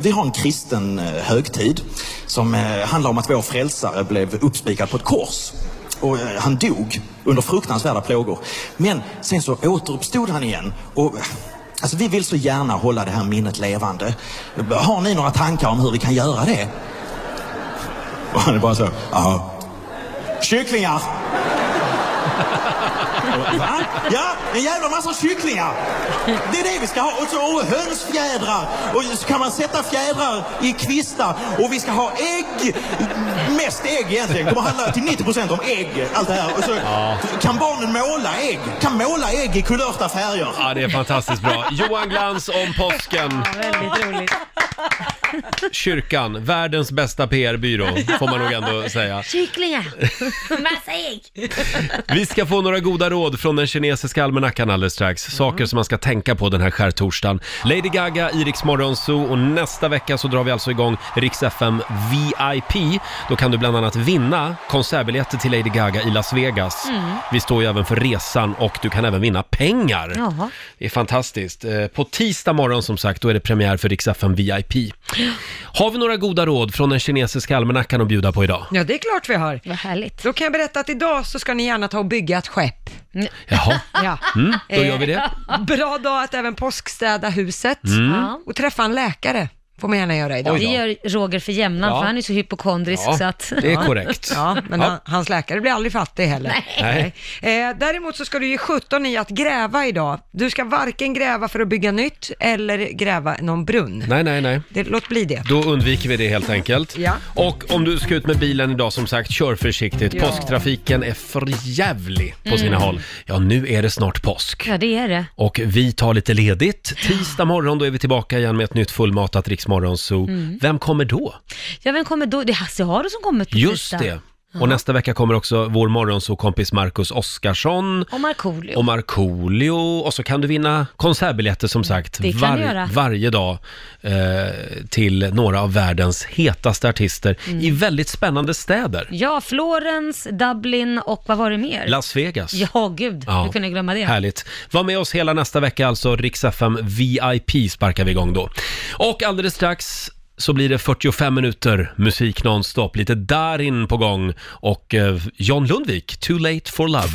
vi har en kristen eh, högtid som eh, handlar om att vår frälsare blev uppspikad på ett kors. Och eh, han dog under fruktansvärda plågor. Men sen så återuppstod han igen. Och, eh, alltså, vi vill så gärna hålla det här minnet levande. Har ni några tankar om hur vi kan göra det? Och han är bara så, ja. Kycklingar! Va? Ja, en jävla massa kycklingar! Det är det vi ska ha. Och, så, och hönsfjädrar! Och så kan man sätta fjädrar i kvistar. Och vi ska ha ägg! Mest ägg egentligen. Det kommer handla till 90% om ägg. Allt det här. Och så, Kan barnen måla ägg? Kan måla ägg i kulörta färger?
Ja, det är fantastiskt bra. Johan Glans om påsken.
Väldigt roligt.
Kyrkan, världens bästa PR-byrå, får man nog ändå säga.
Kycklingar, massa ägg.
Vi ska få några goda råd från den kinesiska almanackan alldeles strax. Saker som man ska tänka på den här skärtorsdagen. Lady Gaga i Rix Morgon Zoo och nästa vecka så drar vi alltså igång Rix FM VIP. Då kan du bland annat vinna konsertbiljetter till Lady Gaga i Las Vegas.
Mm.
Vi står ju även för resan och du kan även vinna pengar.
Jaha.
Det är fantastiskt. Eh, På tisdag morgon som sagt, då är det premiär för Rix FM VIP. Har vi några goda råd från den kinesiska almanackan att bjuda på idag?
Ja, det är klart vi har.
Vad härligt.
Då kan jag berätta att idag så ska ni gärna ta och bygga ett skepp.
Jaha.
Ja.
Mm, då gör vi det.
Eh, Bra dag att även påskstäda huset
Mm.
Ja.
och träffa en läkare. får man gärna göra idag.
Det gör Roger för jämnan,
Ja.
för han är så hypokondrisk så att...
Ja, men Han, hans läkare blir aldrig fattig heller.
Nej.
Eh, däremot så ska du ge 17 i att gräva idag. Du ska varken gräva för att bygga nytt eller gräva någon brunn.
Nej, nej, nej.
Det, låt bli det.
Då undviker vi det helt enkelt.
Ja.
Och om du ska ut med bilen idag, som sagt, kör försiktigt.
Ja.
Påsktrafiken är för jävlig på sina
Mm.
håll. Ja, nu är det snart påsk.
Ja, det är det.
Och vi tar lite ledigt. Tisdag morgon, då är vi tillbaka igen med ett nytt fullmatat Riksmorgon Zoo.
Mm.
Vem kommer då?
Ja, vem kommer då? Det är Hasse Aro som kommer på
Just
tisdag.
det.
Ja.
Och nästa vecka kommer också vår morgonsokompis Marcus Oskarsson.
Och Markoolio.
Och Markoolio. Och så kan du vinna konsertbiljetter som sagt.
Mm, Det kan du göra.
Varje dag eh, till några av världens hetaste artister
Mm.
i väldigt spännande städer.
Ja, Florens, Dublin och vad var det mer?
Las Vegas.
Ja, gud.
Ja.
Hur kunde jag glömma det?
Härligt. Var med oss hela nästa vecka, alltså Rix FM VIP sparkar vi igång då. Och alldeles strax så blir det 45 minuter musik nonstop, lite Darin på gång och eh, John Lundvik, Too Late For Love.